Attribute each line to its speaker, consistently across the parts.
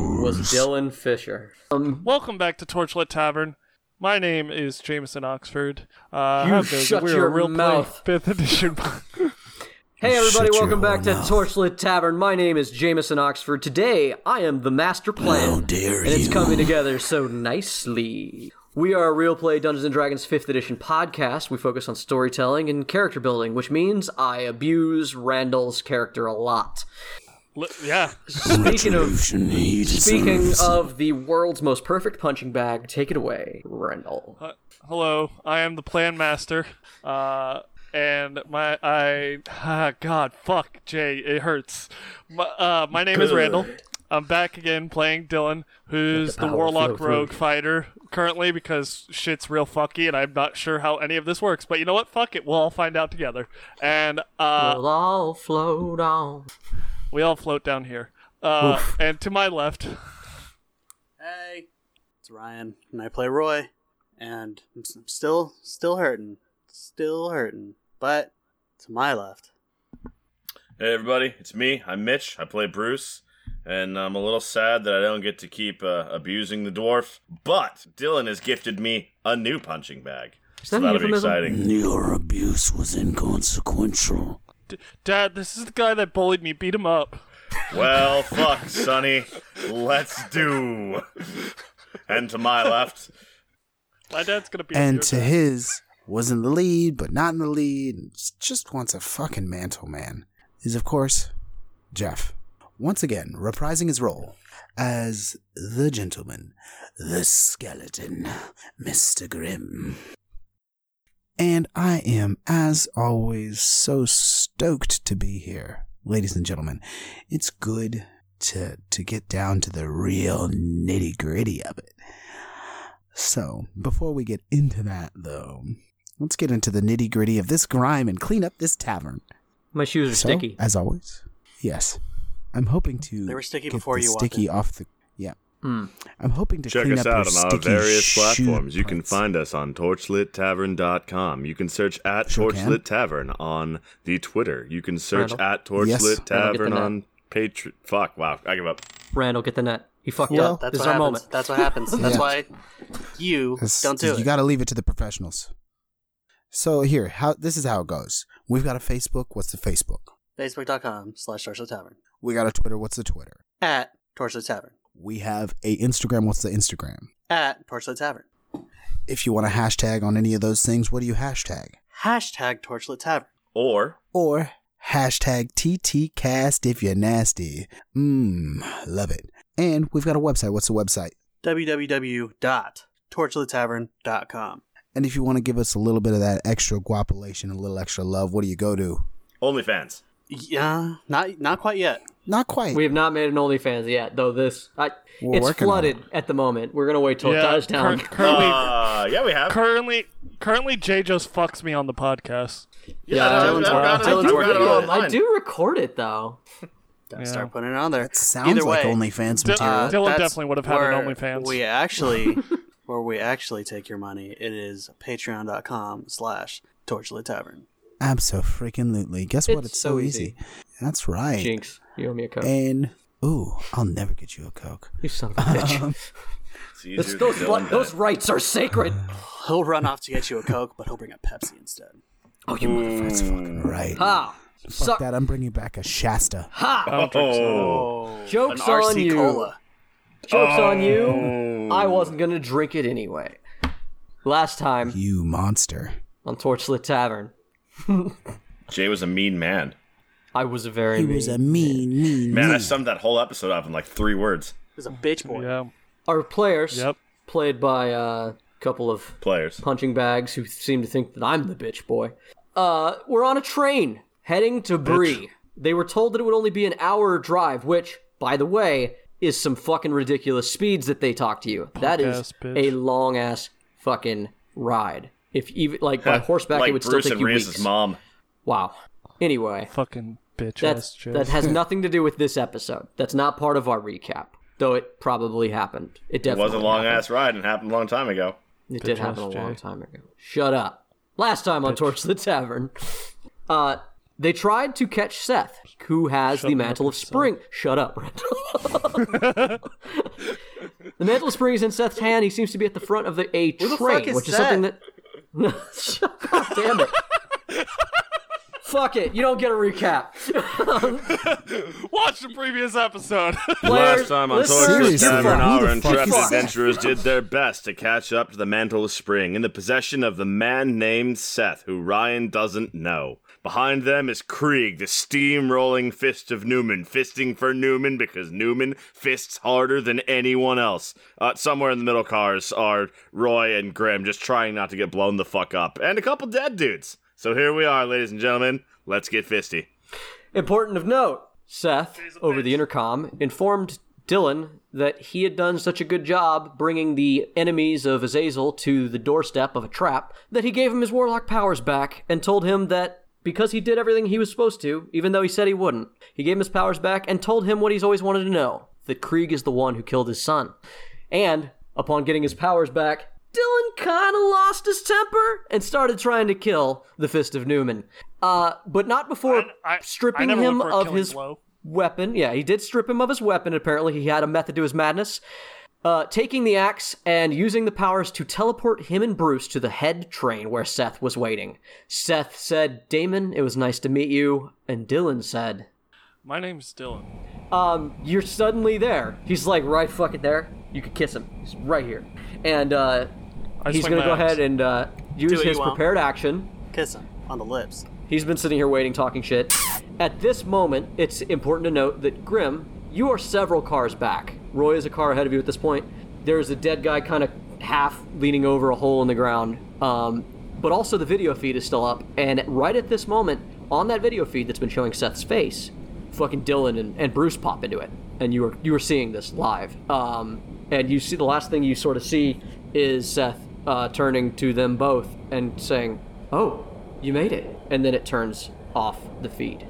Speaker 1: Dylan Fisher.
Speaker 2: Um,
Speaker 3: Welcome back to Torchlit Tavern. My name is Jameson Oxford. Uh,
Speaker 2: You
Speaker 3: I'm the-
Speaker 2: shut
Speaker 3: we're a
Speaker 2: your
Speaker 3: real play
Speaker 2: mouth.
Speaker 3: Fifth edition.
Speaker 2: hey everybody,
Speaker 4: Shut your
Speaker 2: welcome back
Speaker 4: whole
Speaker 2: to
Speaker 4: mouth.
Speaker 2: Torchlit Tavern. My name is Jameson Oxford. Today I am the master plan.
Speaker 4: How dare
Speaker 2: and it's
Speaker 4: you.
Speaker 2: coming together so nicely. We are a real play Dungeons and Dragons 5th edition podcast. We focus on storytelling and character building, which means I abuse Randall's character a lot.
Speaker 3: Li- yeah,
Speaker 2: Speaking of
Speaker 4: Retribution he
Speaker 2: speaking
Speaker 4: deserves.
Speaker 2: of the world's most perfect punching bag, take it away, Randall.
Speaker 3: Uh, hello, I am the Plan Master, uh, and my I ah, God fuck Jay, it hurts. My, uh, my name is Randall. I'm back again playing Dylan, who's
Speaker 2: the
Speaker 3: the,
Speaker 2: power flow
Speaker 3: Warlock
Speaker 2: through
Speaker 3: Rogue
Speaker 2: you.
Speaker 3: Fighter currently because shit's real fucky, and I'm not sure how any of this works. But you know what? Fuck it, we'll all find out together, and uh,
Speaker 2: We'll all float on.
Speaker 3: we all float down here. Uh, and to my left,
Speaker 5: Hey, it's Ryan, and I play Roy, and I'm s- I'm still, still hurting, still hurting. But to my left,
Speaker 6: Hey everybody, it's me. I'm Mitch. I play Bruce, and I'm a little sad that I don't get to keep uh, abusing the dwarf. But Dylan has gifted me a new punching bag,
Speaker 2: that
Speaker 6: so
Speaker 2: a
Speaker 6: that'll be
Speaker 2: euphemism?
Speaker 6: exciting.
Speaker 4: Your abuse was inconsequential.
Speaker 3: D- Dad, this is the guy that bullied me. Beat him up.
Speaker 6: well, fuck, Sonny. Let's do. and to my left,
Speaker 3: My dad's gonna be.
Speaker 7: and
Speaker 3: your
Speaker 7: to
Speaker 3: dad.
Speaker 7: his was in the lead, but not in the lead. and Just wants a fucking mantle, man. Is of course Jeff once again reprising his role as the gentleman, the skeleton, Mister Grimm. And I am, as always, so stoked to be here, ladies and gentlemen. It's good to to get down to the real nitty gritty of it. So, before we get into that, though, let's get into the nitty gritty of this grime and clean up this tavern.
Speaker 2: My shoes are
Speaker 7: So,
Speaker 2: sticky.
Speaker 7: as always, yes, I'm hoping to.
Speaker 5: They were sticky
Speaker 7: get
Speaker 5: before
Speaker 7: the
Speaker 5: you walked
Speaker 7: sticky
Speaker 5: in.
Speaker 7: off the. Yeah,
Speaker 2: Hmm.
Speaker 7: I'm hoping to
Speaker 6: check
Speaker 7: clean
Speaker 6: us
Speaker 7: up
Speaker 6: out
Speaker 7: your
Speaker 6: on our
Speaker 7: sticky
Speaker 6: various
Speaker 7: shoe
Speaker 6: platforms. You can
Speaker 7: parts.
Speaker 6: find us on torchlittavern.com. You can search at
Speaker 7: Sure can.
Speaker 6: Torchlit Tavern on the Twitter. You can search
Speaker 2: Randall?
Speaker 6: at Torchlit
Speaker 7: Yes.
Speaker 2: Randall, get the
Speaker 6: Tavern
Speaker 2: net.
Speaker 6: on Patreon. Fuck, wow, I give up.
Speaker 2: Randall, get the net. He fucked
Speaker 7: Well,
Speaker 2: up.
Speaker 5: that's
Speaker 2: This
Speaker 5: what
Speaker 2: is our
Speaker 5: happens.
Speaker 2: moment.
Speaker 5: That's what happens. That's
Speaker 7: Yeah.
Speaker 5: why you
Speaker 7: That's-
Speaker 5: don't do
Speaker 7: You
Speaker 5: it.
Speaker 7: got to leave it to the professionals. So here, how this is how it goes. We've got a Facebook. What's the Facebook?
Speaker 5: Facebook.com slash Torch the Tavern
Speaker 7: We got a Twitter. What's the Twitter?
Speaker 5: at Torch the Tavern
Speaker 7: We have a Instagram. What's the Instagram?
Speaker 5: at Torch the Tavern
Speaker 7: If you want to hashtag on any of those things, what do you hashtag?
Speaker 5: hashtag Torchlit Tavern.
Speaker 6: Or
Speaker 7: or hashtag TTCast if you're nasty. Mmm, love it. And we've got a website. What's the website?
Speaker 5: www.torchlittavern.com.
Speaker 7: And if you want to give us a little bit of that extra guapulation, a little extra love, what do you go to?
Speaker 6: OnlyFans.
Speaker 5: Yeah, not not quite yet.
Speaker 7: Not quite.
Speaker 2: We have not made an OnlyFans yet, though. This I,
Speaker 7: We're
Speaker 2: it's
Speaker 7: working on
Speaker 2: flooded
Speaker 7: it.
Speaker 2: at the moment. We're gonna wait till it
Speaker 3: Yeah,
Speaker 2: dies down.
Speaker 3: cur- currently,
Speaker 6: Uh, yeah, we have.
Speaker 3: currently, currently, Jay just fucks me on the podcast.
Speaker 6: Yeah, I've-
Speaker 2: Dylan's working-
Speaker 6: I've got it-
Speaker 2: Dylan's
Speaker 6: I've
Speaker 2: working on
Speaker 6: got it
Speaker 2: it.
Speaker 6: online.
Speaker 2: I do record it though.
Speaker 5: Gotta
Speaker 3: Yeah.
Speaker 5: start putting it on there.
Speaker 7: that sounds
Speaker 5: Either
Speaker 7: like
Speaker 5: way, uh,
Speaker 7: OnlyFans
Speaker 3: D-
Speaker 7: material.
Speaker 3: Dylan
Speaker 5: that's
Speaker 3: definitely would have had an
Speaker 5: where
Speaker 3: OnlyFans.
Speaker 5: We actually, where we actually take your money, it is patreon.com slash torchlit tavern.
Speaker 7: I'm so freaking lootly. Guess what?
Speaker 2: It's
Speaker 7: It's
Speaker 2: so
Speaker 7: so easy. That's right.
Speaker 2: Jinx, you owe me a coke.
Speaker 7: And ooh, I'll never get you a coke.
Speaker 2: you son of a bitch.
Speaker 6: It's easier
Speaker 2: This-
Speaker 6: than
Speaker 2: those,
Speaker 6: Dylan
Speaker 2: blo-
Speaker 6: Bennett.
Speaker 2: those rights are sacred.
Speaker 5: He'll run off to get you a Coke, but he'll bring a Pepsi instead.
Speaker 2: Oh, you motherfucker!
Speaker 7: That's fucking right.
Speaker 2: Ha!
Speaker 7: Fuck
Speaker 2: Ah, Suck!
Speaker 7: that. I'm bringing back a Shasta.
Speaker 2: Ha!
Speaker 3: I don't drink soda.
Speaker 5: Oh,
Speaker 2: Joke's
Speaker 5: an RC
Speaker 2: on you.
Speaker 5: Cola.
Speaker 2: Jokes on
Speaker 6: Oh.
Speaker 2: you. I wasn't gonna drink it anyway. Last time
Speaker 7: You monster.
Speaker 2: on Torchlit Tavern,
Speaker 6: Jay was a mean man.
Speaker 2: I was a very
Speaker 7: He
Speaker 2: mean.
Speaker 7: was a mean, mean,
Speaker 6: Man, I
Speaker 7: man.
Speaker 6: summed that whole episode up in like three words.
Speaker 5: He's a bitch boy.
Speaker 3: Yeah.
Speaker 2: Our players,
Speaker 3: Yep.
Speaker 2: played by a couple of
Speaker 6: Players.
Speaker 2: punching bags who seem to think that I'm the bitch boy. Uh, we're on a train heading to Bree. They were told that it would only be an hour drive, which, by the way, is some fucking ridiculous speeds that they talk to you. that is
Speaker 3: ass bitch.
Speaker 2: a long ass fucking ride. If even like by horseback,
Speaker 6: like
Speaker 2: it would
Speaker 6: Bruce
Speaker 2: still take
Speaker 6: and
Speaker 2: you
Speaker 6: Reese's
Speaker 2: weeks.
Speaker 6: mom.
Speaker 2: Wow. Anyway,
Speaker 3: Fucking bitch ass
Speaker 2: that's
Speaker 3: Jay.
Speaker 2: that has nothing to do with this episode. That's not part of our recap, though. It probably happened. It
Speaker 6: It
Speaker 2: definitely
Speaker 6: was a long
Speaker 2: happened.
Speaker 6: ass ride and happened a long time ago.
Speaker 2: It did
Speaker 3: Bitch ass
Speaker 2: happen a long
Speaker 3: Jay.
Speaker 2: time ago. Shut up. Last time on Torch the Tavern, uh, They tried to catch Seth, who has the mantle of spring. Shut up, Randall. the mantle of spring is in Seth's hand. He seems to be at the front of the a
Speaker 5: the
Speaker 2: train,
Speaker 5: fuck is
Speaker 2: which is
Speaker 5: Seth?
Speaker 2: something that. No, shut up, damn it. Fuck it, you don't get a recap.
Speaker 3: Watch the previous episode.
Speaker 2: Players,
Speaker 6: Last time on
Speaker 2: listeners,
Speaker 6: Torture
Speaker 7: Seriously,
Speaker 6: Tavern,
Speaker 7: who
Speaker 6: our
Speaker 7: the fuck
Speaker 6: intrepid
Speaker 7: is that?
Speaker 6: adventurers did their best to catch up to the Mantle of Spring in the possession of the man named Seth, who Ryan doesn't know. Behind them is Krieg, the steamrolling fist of Newman, fisting for Newman because Newman fists harder than anyone else. Uh, somewhere in the middle cars are Roy and Grim just trying not to get blown the fuck up, and a couple dead dudes. So here we are, ladies and gentlemen. Let's get fisty.
Speaker 2: Important of note, Seth, over the intercom, informed Dylan that he had done such a good job bringing the enemies of Azazel to the doorstep of a trap that he gave him his warlock powers back and told him that because he did everything he was supposed to, even though he said he wouldn't, he gave him his powers back and told him what he's always wanted to know that Krieg is the one who killed his son. And, upon getting his powers back, Dylan kind of lost his temper and started trying to kill the Fist of Newman. Uh, but not before
Speaker 3: I- I
Speaker 2: stripping
Speaker 3: never
Speaker 2: him
Speaker 3: look for a
Speaker 2: of
Speaker 3: killing
Speaker 2: his
Speaker 3: blow.
Speaker 2: weapon. Yeah, he did strip him of his weapon. Apparently, he had a method to his madness. Uh, taking the axe and using the powers to teleport him and Bruce to the head train where Seth was waiting. Seth said, Damon, it was nice to meet you. And Dylan said,
Speaker 3: My name's Dylan.
Speaker 2: um, you're suddenly there. He's like right fucking there. You could kiss him. He's right here. And uh,
Speaker 3: I
Speaker 2: he's
Speaker 3: swing
Speaker 2: gonna
Speaker 3: my
Speaker 2: go
Speaker 3: arms.
Speaker 2: ahead and uh, use
Speaker 5: what
Speaker 2: his
Speaker 5: you want.
Speaker 2: prepared action.
Speaker 5: Kiss him on the lips.
Speaker 2: He's been sitting here waiting, talking shit. At this moment, it's important to note that Grim, you are several cars back. Roy is a car ahead of you at this point. There's a dead guy kind of half leaning over a hole in the ground. Um, but also, the video feed is still up. And right at this moment, on that video feed that's been showing Seth's face, fucking Dylan and, and Bruce pop into it. And you were, you were seeing this live. Um, and you see the last thing you sort of see is Seth uh, turning to them both and saying, Oh, you made it. And then it turns off the feed.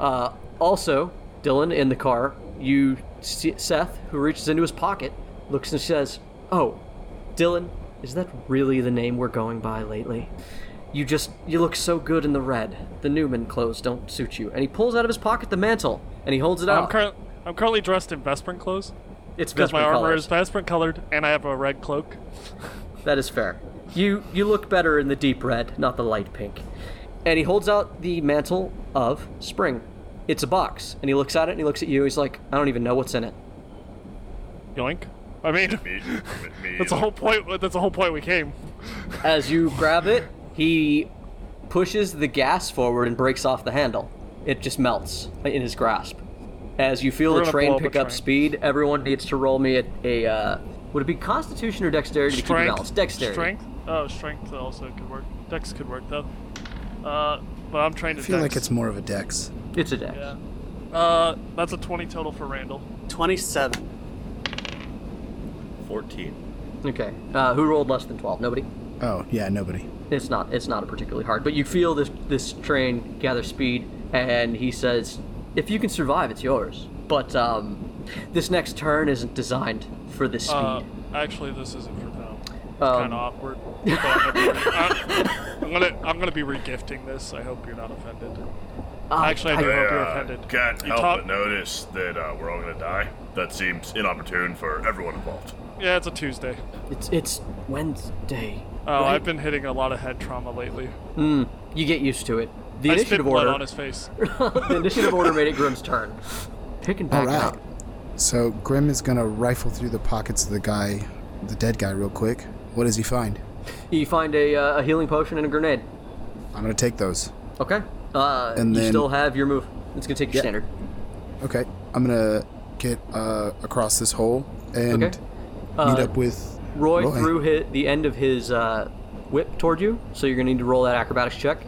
Speaker 2: Uh, also, Dylan in the car, you see Seth, who reaches into his pocket, looks and says, Oh, Dylan, is that really the name we're going by lately? You just, you look so good in the red. The Newman clothes don't suit you. And he pulls out of his pocket the mantle and he holds it
Speaker 3: I'm,
Speaker 2: out.
Speaker 3: curr- I'm currently dressed in Vesperin clothes
Speaker 2: it's
Speaker 3: because my
Speaker 2: Vesper
Speaker 3: armor
Speaker 2: colors.
Speaker 3: is Vesperin colored and I have a red cloak.
Speaker 2: That is fair. You you look better in the deep red, not the light pink. And he holds out the mantle of spring. It's a box, and he looks at it and he looks at you. He's like, I don't even know what's in it.
Speaker 3: Yoink. I mean, that's the whole point. That's the whole point we came.
Speaker 2: As you grab it, he pushes the gas forward and breaks off the handle. It just melts in his grasp. As you feel
Speaker 3: We're
Speaker 2: the
Speaker 3: gonna
Speaker 2: train
Speaker 3: blow up
Speaker 2: pick
Speaker 3: a
Speaker 2: up
Speaker 3: train.
Speaker 2: speed, everyone needs to roll me a, a uh, would it be Constitution or Dexterity to keep it
Speaker 3: Strength.
Speaker 2: balanced? Dexterity.
Speaker 3: Strength. Oh, strength also could work. Dex could work though. Uh, but I'm trained
Speaker 7: I
Speaker 3: in
Speaker 7: feel
Speaker 3: Dex.
Speaker 7: like it's more of a dex.
Speaker 2: It's a dex.
Speaker 3: Yeah. Uh, that's a 20 total for Randall.
Speaker 5: 27.
Speaker 6: 14.
Speaker 2: Okay. Uh, who rolled less than twelve? Nobody.
Speaker 7: Oh, yeah, nobody.
Speaker 2: it's not it's not particularly hard but you feel this this train gather speed and he says if you can survive it's yours but um this next turn isn't designed for this speed
Speaker 3: Uh, actually, this isn't for now. It's
Speaker 2: Um.
Speaker 3: kind of awkward. but I'm, I'm- I'm gonna I'm gonna be regifting this. I hope you're not offended.
Speaker 2: Uh,
Speaker 3: Actually, I do hope you're offended.
Speaker 6: Ah, can't
Speaker 3: You
Speaker 6: help
Speaker 3: talk-
Speaker 6: but notice that uh, we're all gonna die. That seems inopportune for everyone involved.
Speaker 3: Yeah, it's a Tuesday.
Speaker 2: it's it's wednesday
Speaker 3: Oh,
Speaker 2: right?
Speaker 3: I've been hitting a lot of head trauma lately.
Speaker 2: you get used to it the
Speaker 3: I spit
Speaker 2: initiative
Speaker 3: blood
Speaker 2: order
Speaker 3: on his face.
Speaker 2: the initiative order made it grim's turn pick and back
Speaker 7: All right.
Speaker 2: out
Speaker 7: So Grim is gonna rifle through the pockets of the guy, the dead guy, real quick. What does he find?
Speaker 2: you find a, uh, a healing potion and a grenade
Speaker 7: I'm gonna take those.
Speaker 2: okay uh
Speaker 7: And
Speaker 2: you
Speaker 7: then-
Speaker 2: still have your move it's gonna take your standard
Speaker 7: Okay, I'm gonna get uh, across this hole and
Speaker 2: Okay. Uh,
Speaker 7: meet up with
Speaker 2: Roy,
Speaker 7: Roy.
Speaker 2: threw hit the end of his uh, whip toward you, so you're gonna need to roll that acrobatics check.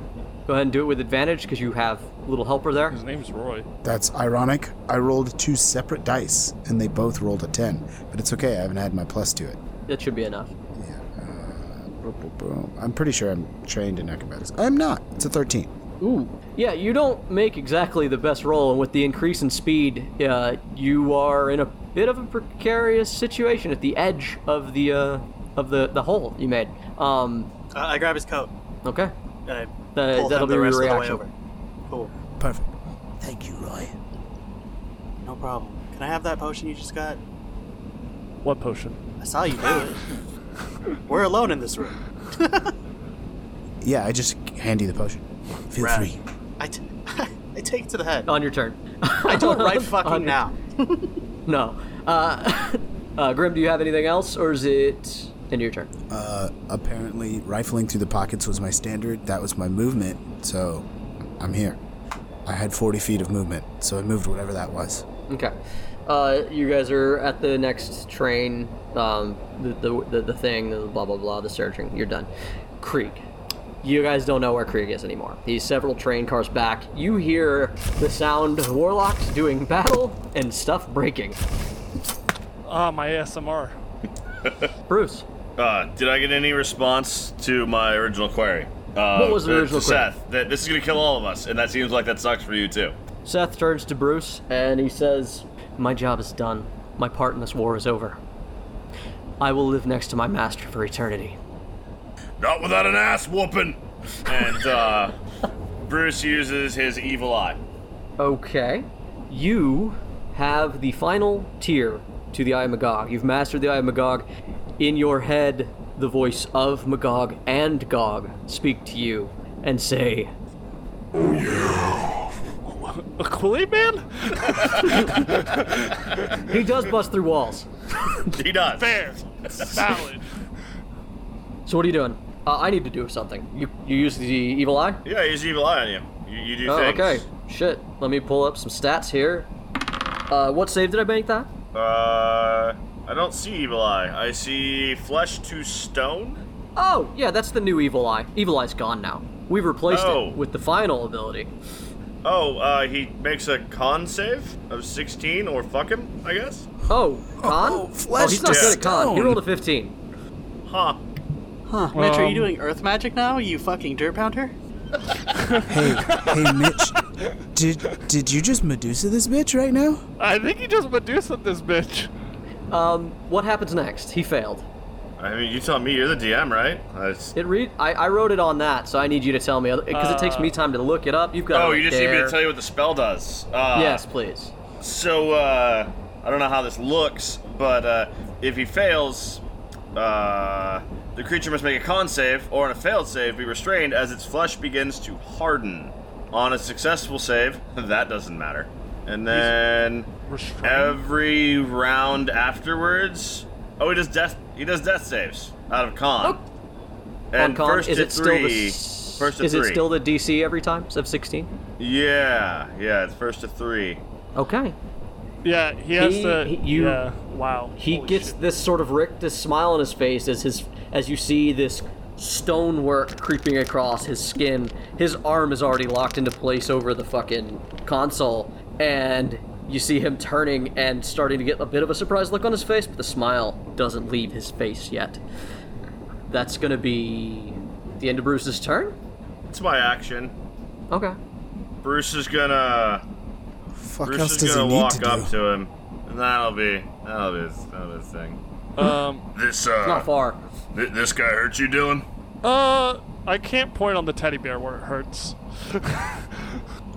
Speaker 2: Go ahead and do it with advantage because you have little helper there.
Speaker 3: His name's Roy.
Speaker 7: That's ironic. I rolled two separate dice, and they both rolled a 10. But it's okay, I haven't had my plus to it.
Speaker 2: That should be enough.
Speaker 7: Boom, boom, boom. I'm pretty sure I'm trained in acrobatics. I'm not. It's a 13.
Speaker 2: Ooh. Yeah, you don't make exactly the best roll, and with the increase in speed, uh, you are in a bit of a precarious situation at the edge of the uh, of the the hole you made. Um,
Speaker 5: Uh, I grab his coat.
Speaker 2: okay.
Speaker 5: And I
Speaker 2: The-
Speaker 5: pull
Speaker 2: that'll
Speaker 5: him
Speaker 2: be
Speaker 5: the
Speaker 2: your
Speaker 5: rest of the way
Speaker 2: reaction.
Speaker 5: over. Cool.
Speaker 7: Perfect.
Speaker 4: Thank you, Ryan.
Speaker 5: No problem. Can I have that potion you just got?
Speaker 3: What potion?
Speaker 5: I saw you do it. We're alone in this room.
Speaker 7: Yeah, I just hand you the potion.
Speaker 4: Feel
Speaker 5: Right.
Speaker 4: free.
Speaker 5: I, t- I take it to the head.
Speaker 2: On your turn.
Speaker 5: I do it right
Speaker 2: On
Speaker 5: fucking
Speaker 2: your-
Speaker 5: now.
Speaker 2: No. Uh, uh, Grim, do you have anything else, or is it end of your turn?
Speaker 7: Uh, apparently, rifling through the pockets was my standard. That was my movement, so I'm here. I had 40 feet of movement, so I moved whatever that was.
Speaker 2: Okay. Uh, you guys are at the next train. Um, the, the, the, the thing, the blah, blah, blah, the searching. You're done. Krieg. You guys don't know where Krieg is anymore. He's several train cars back. You hear the sound of warlocks doing battle and stuff breaking.
Speaker 3: Ah, my ASMR.
Speaker 2: Bruce,
Speaker 6: Uh, did I get any response to my original query? Uh,
Speaker 2: What was the
Speaker 6: to-
Speaker 2: original
Speaker 6: to
Speaker 2: query?
Speaker 6: Seth, that this is gonna kill all of us, and that seems like that sucks for you too.
Speaker 2: Seth turns to Bruce and he says, My job is done. My part in this war is over. I will live next to my master for eternity.
Speaker 6: Not without an ass whooping. And uh, Bruce uses his evil eye.
Speaker 2: Okay. You have the final tier to the Eye of Magog. You've mastered the Eye of Magog. In your head, the voice of Magog and Gog speak to you and say,
Speaker 3: A Kool-Aid man?
Speaker 2: He does bust through walls.
Speaker 6: He does.
Speaker 3: Fair. Valid.
Speaker 2: So, what are you doing? Uh, I need to do something. You, you use the evil eye?
Speaker 6: Yeah, he uses evil eye on you. You, you do
Speaker 2: Oh,
Speaker 6: things.
Speaker 2: okay. Shit. Let me pull up some stats here. Uh, what save did I make that?
Speaker 6: Uh, I don't see evil eye. I see flesh to stone.
Speaker 2: Oh, yeah, that's the new Evil Eye. Evil Eye's gone now. We've replaced
Speaker 6: Oh.
Speaker 2: it with the final ability.
Speaker 6: Oh, uh, he makes a con save of 16 or fuck him, I guess.
Speaker 2: Oh, con?
Speaker 7: Oh, flesh
Speaker 2: he's not
Speaker 7: to
Speaker 2: good at con. He
Speaker 7: stone.
Speaker 2: rolled a 15.
Speaker 6: Huh.
Speaker 5: Huh, Mitch, are
Speaker 3: Um,
Speaker 5: you doing earth magic now, you fucking dirt pounder?
Speaker 7: Hey, hey, Mitch, did did you just Medusa this bitch right now?
Speaker 3: I think he just Medusa this bitch.
Speaker 2: Um, what happens next? He failed.
Speaker 6: I mean, you tell me. You're the DM, right? I s-
Speaker 2: It read. I, I wrote it on that, so I need you to tell me because it takes me time to look it up. You've got.
Speaker 6: Uh, oh,
Speaker 2: it
Speaker 6: you just need me
Speaker 2: there.
Speaker 6: to tell you what the spell does. Uh,
Speaker 2: Yes, please.
Speaker 6: So, uh, I don't know how this looks, but uh, if he fails, uh, the creature must make a con save, or on a failed save, be restrained as its flesh begins to harden. On a successful save, that doesn't matter. And then
Speaker 3: restrained?
Speaker 6: every round afterwards, oh, he does death. He does death saves out of con. And
Speaker 2: Oh. on con,
Speaker 6: first
Speaker 2: is
Speaker 6: to
Speaker 2: it still
Speaker 6: three.
Speaker 2: the? s-
Speaker 6: first to
Speaker 2: is
Speaker 6: three.
Speaker 2: it still the DC every time of 16?
Speaker 6: Yeah, yeah. It's first to three.
Speaker 2: Okay.
Speaker 3: Yeah, he has
Speaker 2: He-
Speaker 3: to.
Speaker 2: he- you-
Speaker 3: yeah. Wow.
Speaker 2: He
Speaker 3: Holy
Speaker 2: gets
Speaker 3: shit.
Speaker 2: this sort of rictus smile on his face as his as you see this stonework creeping across his skin. His arm is already locked into place over the fucking console, and you see him turning and starting to get a bit of a surprised look on his face, but the smile doesn't leave his face yet. That's gonna be the end of Bruce's turn.
Speaker 6: It's my action.
Speaker 2: Okay.
Speaker 6: Bruce is gonna.
Speaker 7: Fuck
Speaker 6: Bruce
Speaker 7: else
Speaker 6: is
Speaker 7: does he
Speaker 6: gonna
Speaker 7: need
Speaker 6: walk
Speaker 7: to
Speaker 6: up
Speaker 7: do?
Speaker 6: to him, and that'll be that'll be his, that'll be his thing.
Speaker 3: Um.
Speaker 6: This uh,
Speaker 2: Not far.
Speaker 6: this guy hurt you, Dylan?
Speaker 3: Uh. I can't point on the teddy bear where it hurts. this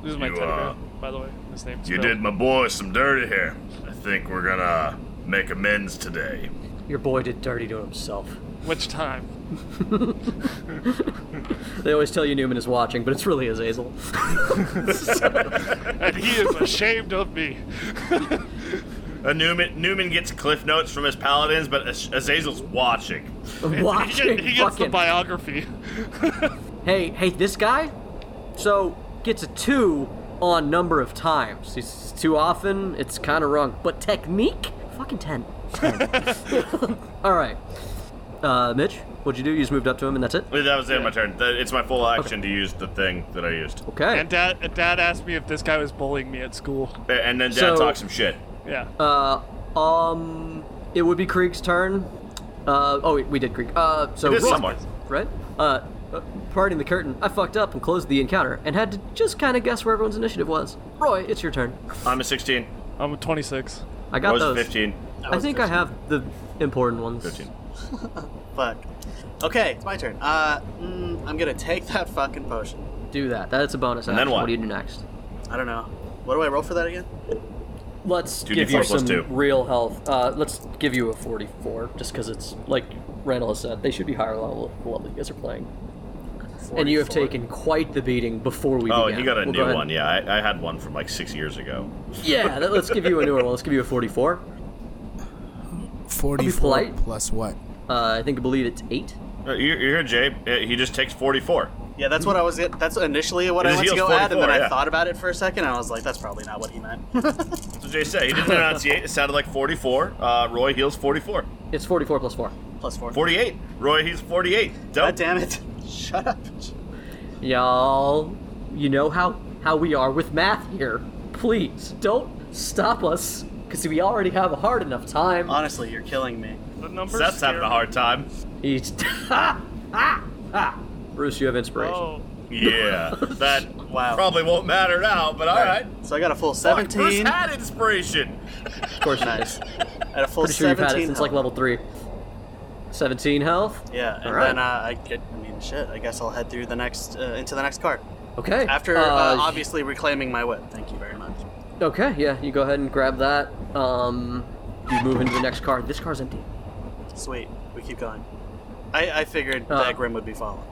Speaker 3: is my
Speaker 6: You,
Speaker 3: teddy
Speaker 6: uh,
Speaker 3: bear, by the way. His name's.
Speaker 6: You
Speaker 3: Bill.
Speaker 6: did my boy some dirty here. I think we're gonna make amends today.
Speaker 2: Your boy did dirty to himself.
Speaker 3: Which time?
Speaker 2: They always tell you Newman is watching, but it's really Azazel.
Speaker 3: And he is ashamed of me.
Speaker 6: Uh, Newman Newman gets cliff notes from his paladins, but Az- Azazel's watching.
Speaker 3: He,
Speaker 2: watching.
Speaker 3: get- he gets the
Speaker 2: fucking-
Speaker 3: biography.
Speaker 2: hey, hey, this guy, so gets a two on number of times. It's too often, it's kind of wrong. But technique, fucking ten. All right, uh, Mitch, what'd you do? You just moved up to him, and that's it.
Speaker 6: That was the end of my turn. Th- It's my full action to use the thing that I used,
Speaker 2: Okay.
Speaker 3: And dad, dad asked me if this guy was bullying me at school.
Speaker 6: A- and then Dad
Speaker 2: So-
Speaker 6: talks some shit.
Speaker 3: Yeah.
Speaker 2: uh, um, it would be Krieg's turn. Uh, oh, wait, we did Krieg. Uh, so
Speaker 6: It is
Speaker 2: roll-
Speaker 6: someone.
Speaker 2: right? Uh, uh, parting the curtain, I fucked up and closed the encounter, and had to just kind of guess where everyone's initiative was. Roy, it's your turn.
Speaker 6: I'm a 16.
Speaker 3: I'm 26.
Speaker 2: I
Speaker 6: I
Speaker 2: got
Speaker 6: was a
Speaker 2: those.
Speaker 6: 15.
Speaker 2: I think I have the important ones.
Speaker 6: 15.
Speaker 5: Fuck. Okay, it's my turn. Uh, mm, I'm gonna take that fucking potion.
Speaker 2: do that. That's a bonus.
Speaker 6: And then
Speaker 2: action.
Speaker 6: what?
Speaker 2: do you do next?
Speaker 5: I don't know. What do I roll for that again?
Speaker 2: Let's
Speaker 6: Two
Speaker 2: give
Speaker 6: D4
Speaker 2: you
Speaker 6: plus
Speaker 2: some
Speaker 6: two.
Speaker 2: real health. Uh, let's give you a 44, just because it's like Randall has said, they should be higher level than the level you guys are playing. And you have taken quite the beating before we.
Speaker 6: Oh,
Speaker 2: began.
Speaker 6: he got a
Speaker 2: We'll go
Speaker 6: new
Speaker 2: ahead-
Speaker 6: one. Yeah, I, I had one from like six years ago.
Speaker 2: Yeah, that, let's give you a newer one. Let's give you a 44.
Speaker 7: Forty-four
Speaker 2: polite.
Speaker 7: plus what?
Speaker 2: Uh, I think I believe it's eight.
Speaker 6: Uh, You, you hear Jay? Uh, He just takes 44.
Speaker 5: Yeah, that's what I was. That's initially what
Speaker 6: It
Speaker 5: I
Speaker 6: is
Speaker 5: went to
Speaker 6: heals
Speaker 5: go at, and then
Speaker 6: 44, yeah.
Speaker 5: I thought about it for a second. And I was like, that's probably not what he meant.
Speaker 6: That's what Jay said. He didn't enunciate. It sounded like 44. Uh, Roy heals 44.
Speaker 2: It's 44 plus four.
Speaker 5: Plus four.
Speaker 6: 48. Roy heals 48.
Speaker 5: God
Speaker 6: Dope.
Speaker 5: damn it! Shut up.
Speaker 2: Y'all, you know how how we are with math here. Please don't stop us, because we already have a hard enough time.
Speaker 5: Honestly, you're killing me.
Speaker 3: The numbers.
Speaker 6: Seth's having a hard time.
Speaker 2: Each. ha! Ha! Ha! Bruce, you have inspiration.
Speaker 3: Oh,
Speaker 6: Yeah, that
Speaker 5: Wow.
Speaker 6: probably won't matter now. But all right.
Speaker 5: So I got a full
Speaker 6: Fuck, Bruce
Speaker 5: seventeen.
Speaker 6: had inspiration.
Speaker 2: Of course, nice.
Speaker 5: Nice. At a full
Speaker 2: Pretty sure you've had it
Speaker 5: 17
Speaker 2: since like
Speaker 5: health.
Speaker 2: level three. 17 health.
Speaker 5: Yeah, and
Speaker 2: Alright.
Speaker 5: then uh, I get. I mean, shit. I guess I'll head through the next uh, into the next card
Speaker 2: Okay.
Speaker 5: after
Speaker 2: uh,
Speaker 5: uh, obviously reclaiming my whip. Thank you very much.
Speaker 2: Okay, yeah, you go ahead and grab that. Um, you move into the next car. This car's empty.
Speaker 5: Sweet. We keep going. I, I figured
Speaker 2: Uh.
Speaker 5: that Grim would be following.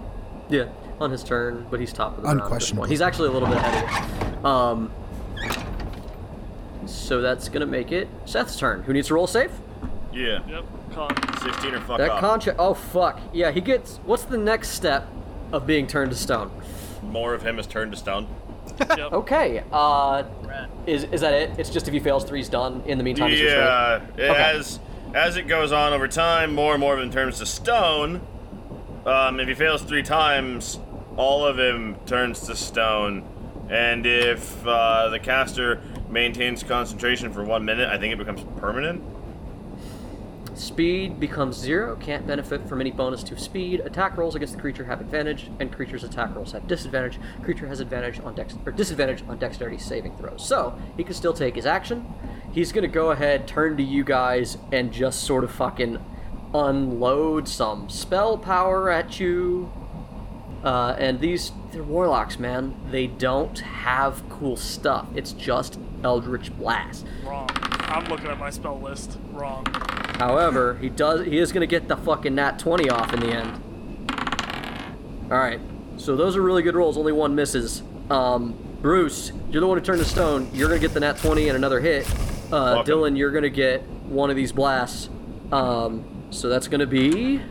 Speaker 2: Yeah, on his turn, but he's top of the round at this
Speaker 7: Unquestionably.
Speaker 2: point. He's actually a little bit ahead of you. Um, so that's gonna make it Seth's turn. Who needs to roll safe?
Speaker 6: Yeah,
Speaker 3: yep. Con.
Speaker 6: 16 or fuck
Speaker 2: That
Speaker 6: off.
Speaker 2: contract. Oh fuck. Yeah, he gets. What's the next step of being turned to stone?
Speaker 6: More of him is turned to stone.
Speaker 3: Yep.
Speaker 2: Okay. Uh,
Speaker 5: Right.
Speaker 2: is is that it? It's just if he fails three, he's done. In the meantime, he's restrained.
Speaker 6: Yeah, it-
Speaker 2: Okay.
Speaker 6: as as it goes on over time, more and more of him turns to stone. Um, if he fails three times, all of him turns to stone. And if uh, the caster maintains concentration for one minute, I think it becomes permanent.
Speaker 2: Speed becomes zero, can't benefit from any bonus to speed. Attack rolls against the creature have advantage, and creature's attack rolls have disadvantage. Creature has advantage on dex or disadvantage on dexterity saving throws. So he can still take his action. He's gonna go ahead, turn to you guys, and just sort of fucking unload some spell power at you. Uh, and these they're warlocks, man. They don't have cool stuff. It's just Eldritch Blast.
Speaker 3: Wrong. I'm looking at my spell list. Wrong.
Speaker 2: However, he does he is gonna get the fucking nat 20 off in the end. Alright. So those are really good rolls, only one misses. Um Bruce, you're the one who turned to stone. You're gonna get the nat 20 and another hit. Uh,
Speaker 6: Fuck 'em.
Speaker 2: Dylan, you're gonna get one of these blasts. Um, so that's gonna be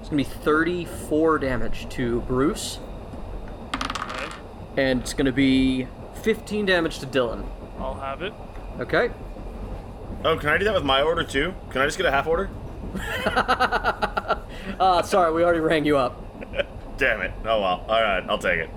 Speaker 2: It's gonna be 34 damage to Bruce
Speaker 3: Okay.
Speaker 2: and it's going to be 15 damage to Dylan.
Speaker 3: I'll have it.
Speaker 2: Okay.
Speaker 6: Oh, can I do that with my order too? Can I just get a half order?
Speaker 2: Uh, sorry, we already rang you up.
Speaker 6: Damn it. Oh well. All right, I'll take it.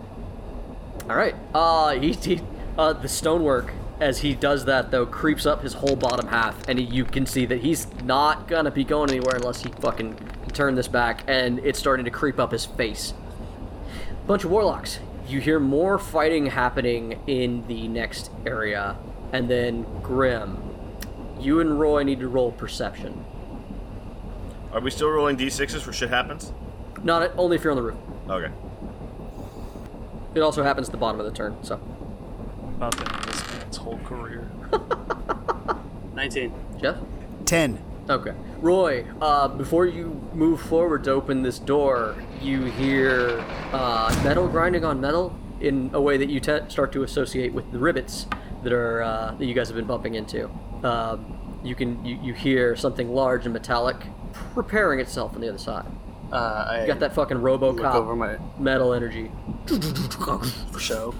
Speaker 2: All right. Uh, he, he uh, the stonework as he does that though creeps up his whole bottom half, and he, you can see that he's not gonna be going anywhere unless he fucking can turn this back, and it's starting to creep up his face. Bunch of warlocks. You hear more fighting happening in the next area, and then Grim. You and Roy need to roll perception.
Speaker 6: Are we still rolling d6s for shit happens?
Speaker 2: Not only if you're on the roof.
Speaker 6: Okay.
Speaker 2: It also happens at the bottom of the turn, so.
Speaker 3: About to end this man's whole career.
Speaker 5: 19.
Speaker 2: Jeff?
Speaker 7: Ten.
Speaker 2: Okay. Roy, uh, before you move forward to open this door, you hear uh, metal grinding on metal in a way that you te- start to associate with the rivets that are uh, that you guys have been bumping into. Um, you can you, you hear something large and metallic preparing itself on the other side.
Speaker 5: Uh, I
Speaker 2: You got that fucking
Speaker 5: Look over
Speaker 2: RoboCop
Speaker 5: my
Speaker 2: metal energy.
Speaker 5: show.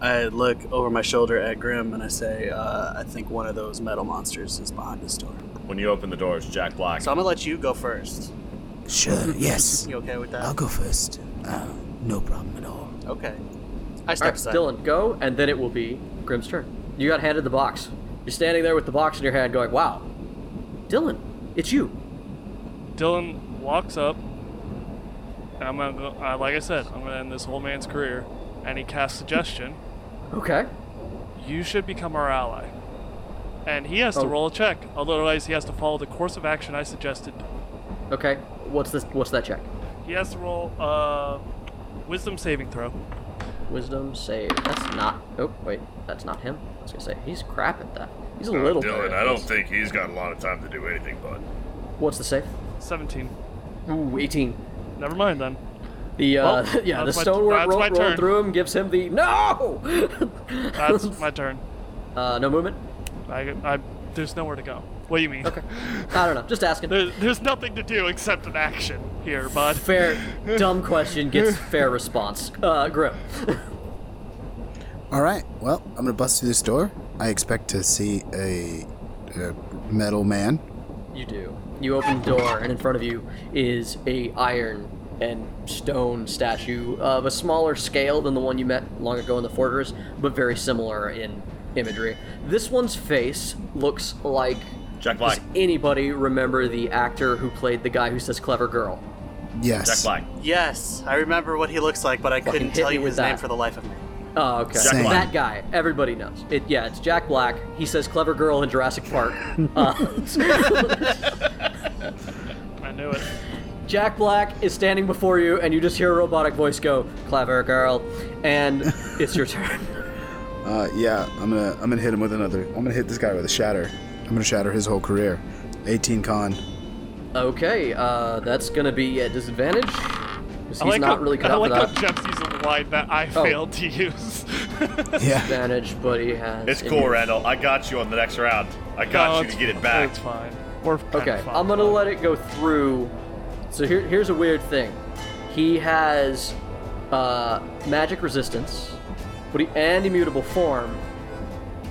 Speaker 5: I look over my shoulder at Grim and I say, uh, I think one of those metal monsters is behind this door.
Speaker 6: When you open the doors, Jack Black.
Speaker 5: So I'm gonna let you go first.
Speaker 7: Sure. Yes.
Speaker 5: You okay with that?
Speaker 7: I'll go first. Uh, no problem at all.
Speaker 5: Okay. I step
Speaker 2: All right,
Speaker 5: aside.
Speaker 2: Dylan, go, and then it will be Grim's turn. You got handed the box. You're standing there with the box in your hand, going, "Wow, Dylan, it's you."
Speaker 3: Dylan walks up. And I'm gonna go, uh, like I said, I'm gonna end this whole man's career. And he casts suggestion.
Speaker 2: Okay.
Speaker 3: You should become our ally. and he has
Speaker 2: Oh.
Speaker 3: to roll a check. Otherwise, he has to follow the course of action I suggested.
Speaker 2: Okay. What's this? What's that check?
Speaker 3: He has to roll a wisdom saving throw.
Speaker 2: Wisdom save. That's not. Oh wait, that's not him. I was gonna say he's crap at that. He's a little. better
Speaker 6: Dylan,
Speaker 2: at
Speaker 6: I don't
Speaker 2: this.
Speaker 6: think he's got a lot of time to do anything, bud.
Speaker 2: What's the save?
Speaker 3: 17.
Speaker 2: Ooh, 18.
Speaker 3: Never mind then.
Speaker 2: The uh,
Speaker 3: Well,
Speaker 2: yeah, the
Speaker 3: that's my-
Speaker 2: stonework
Speaker 3: that's
Speaker 2: roll,
Speaker 3: my
Speaker 2: rolled
Speaker 3: turn.
Speaker 2: through him gives him the no.
Speaker 3: That's my turn.
Speaker 2: uh, no movement.
Speaker 3: I, I, there's nowhere to go. What do you mean?
Speaker 2: Okay. I don't know. Just asking.
Speaker 3: There, there's nothing to do except an action here, bud.
Speaker 2: Fair, dumb question gets fair response. Uh, Grim.
Speaker 7: All right. Well, I'm gonna bust through this door. I expect to see a, a metal man.
Speaker 2: you do. You open the door, and in front of you is a iron and stone statue of a smaller scale than the one you met long ago in the fortress, but very similar in imagery. This one's face looks like.
Speaker 6: Jack Black.
Speaker 2: Does anybody remember the actor who played the guy who says "clever girl"?
Speaker 6: Jack
Speaker 7: Yes.
Speaker 6: Black.
Speaker 5: Yes, I remember what he looks like, but I couldn't
Speaker 2: hit
Speaker 5: tell
Speaker 2: me
Speaker 5: you
Speaker 2: with
Speaker 5: his name
Speaker 2: that.
Speaker 5: for the life of me.
Speaker 2: Oh, okay.
Speaker 7: Jack Same. Black.
Speaker 2: That guy. Everybody knows. It. Yeah, it's Jack Black. He says "clever girl" in Jurassic Park. Uh,
Speaker 3: I knew it.
Speaker 2: Jack Black is standing before you, and you just hear a robotic voice go, "Clever girl," and it's your turn.
Speaker 7: Uh, yeah. I'm gonna I'm gonna hit him with another. I'm gonna hit this guy with a shatter. I'm gonna shatter his whole career. 18 con.
Speaker 2: Okay, uh, that's gonna be at disadvantage. 'cause He's
Speaker 3: I like
Speaker 2: not
Speaker 3: how,
Speaker 2: really cut
Speaker 3: I
Speaker 2: out
Speaker 3: like
Speaker 2: for
Speaker 3: how
Speaker 2: that
Speaker 3: Jeff sees a line that I
Speaker 2: Oh.
Speaker 3: failed to use.
Speaker 7: Yeah.
Speaker 2: advantage, but he has.
Speaker 6: It's
Speaker 2: an-
Speaker 6: cool, Randall. I got you on the next round. I got
Speaker 3: No,
Speaker 6: you
Speaker 3: it's-
Speaker 6: to get it back.
Speaker 3: It's fine. We're kinda
Speaker 2: Okay,
Speaker 3: fine.
Speaker 2: I'm gonna let it go through. So here, here's a weird thing. He has uh, magic resistance, but he and immutable form.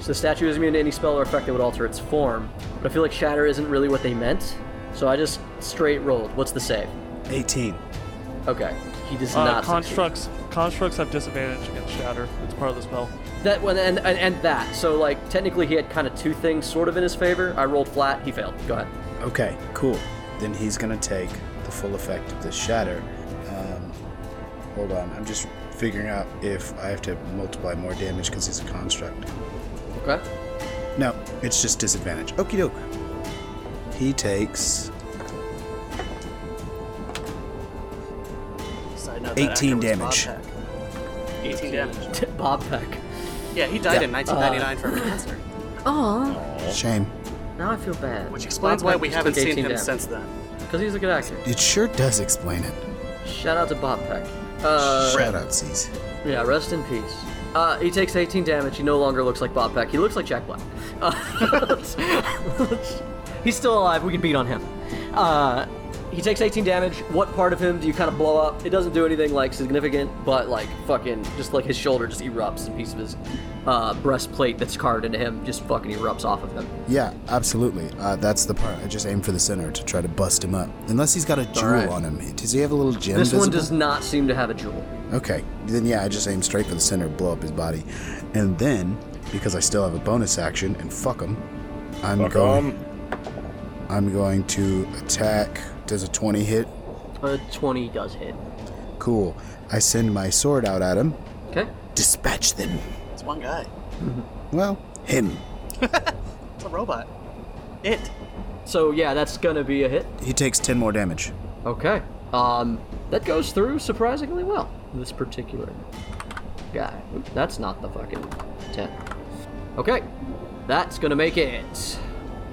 Speaker 2: So the statue is immune to any spell or effect that would alter its form. But I feel like shatter isn't really what they meant. So I just straight rolled. What's the save?
Speaker 7: 18.
Speaker 2: Okay, he does
Speaker 3: Uh,
Speaker 2: not. succeed.
Speaker 3: constructs constructs have disadvantage against shatter. It's part of the spell.
Speaker 2: That one and, and and that. So like technically, he had kind of two things sort of in his favor. I rolled flat. He failed. Go ahead.
Speaker 7: Okay. Cool. Then he's gonna take the full effect of this shatter. Um, hold on. I'm just figuring out if I have to multiply more damage because he's a construct.
Speaker 2: Okay.
Speaker 7: No, it's just disadvantage. Okie doke. He takes
Speaker 5: Side note, that
Speaker 7: 18
Speaker 5: actor was
Speaker 7: damage.
Speaker 5: Bob Peck. 18 damage.
Speaker 2: Bob Peck.
Speaker 5: Yeah, he died
Speaker 7: Yeah.
Speaker 5: in 1999 from cancer,
Speaker 2: Aw.
Speaker 7: shame.
Speaker 2: Now I feel bad.
Speaker 5: which explains why we haven't seen him since then.
Speaker 2: Because he's a good actor.
Speaker 7: It sure does explain it.
Speaker 2: Shout out to Bob Peck. Uh,
Speaker 7: Shout out, C's.
Speaker 2: yeah, rest in peace. Uh, he takes 18 damage. He no longer looks like Bob Peck. He looks like Jack Black. Uh, he's still alive. We can beat on him. Uh, he takes 18 damage. What part of him do you kind of blow up? It doesn't do anything like significant, but like fucking, just like his shoulder just erupts. A piece of his uh, breastplate that's carved into him just fucking erupts off of him.
Speaker 7: Yeah, absolutely. Uh, that's the part. I just aim for the center to try to bust him up. Unless he's got a jewel
Speaker 2: right.
Speaker 7: on him. Does he have a little gem?
Speaker 2: This one
Speaker 7: visible?
Speaker 2: does not seem to have a jewel.
Speaker 7: Okay, then yeah, I just aim straight for the center, blow up his body, and then because I still have a bonus action and fuck him, I'm going. I'm going to attack. Does a 20 hit?
Speaker 2: A 20 does hit.
Speaker 7: Cool. I send my sword out at him.
Speaker 2: Okay.
Speaker 7: Dispatch them.
Speaker 5: It's one guy.
Speaker 7: Well, him.
Speaker 5: It's a robot. It.
Speaker 2: So yeah, that's gonna be a hit.
Speaker 7: He takes 10 more damage.
Speaker 2: Okay. Um, that goes through surprisingly well. This particular guy. Oop, That's not the fucking ten. Okay, that's gonna make it.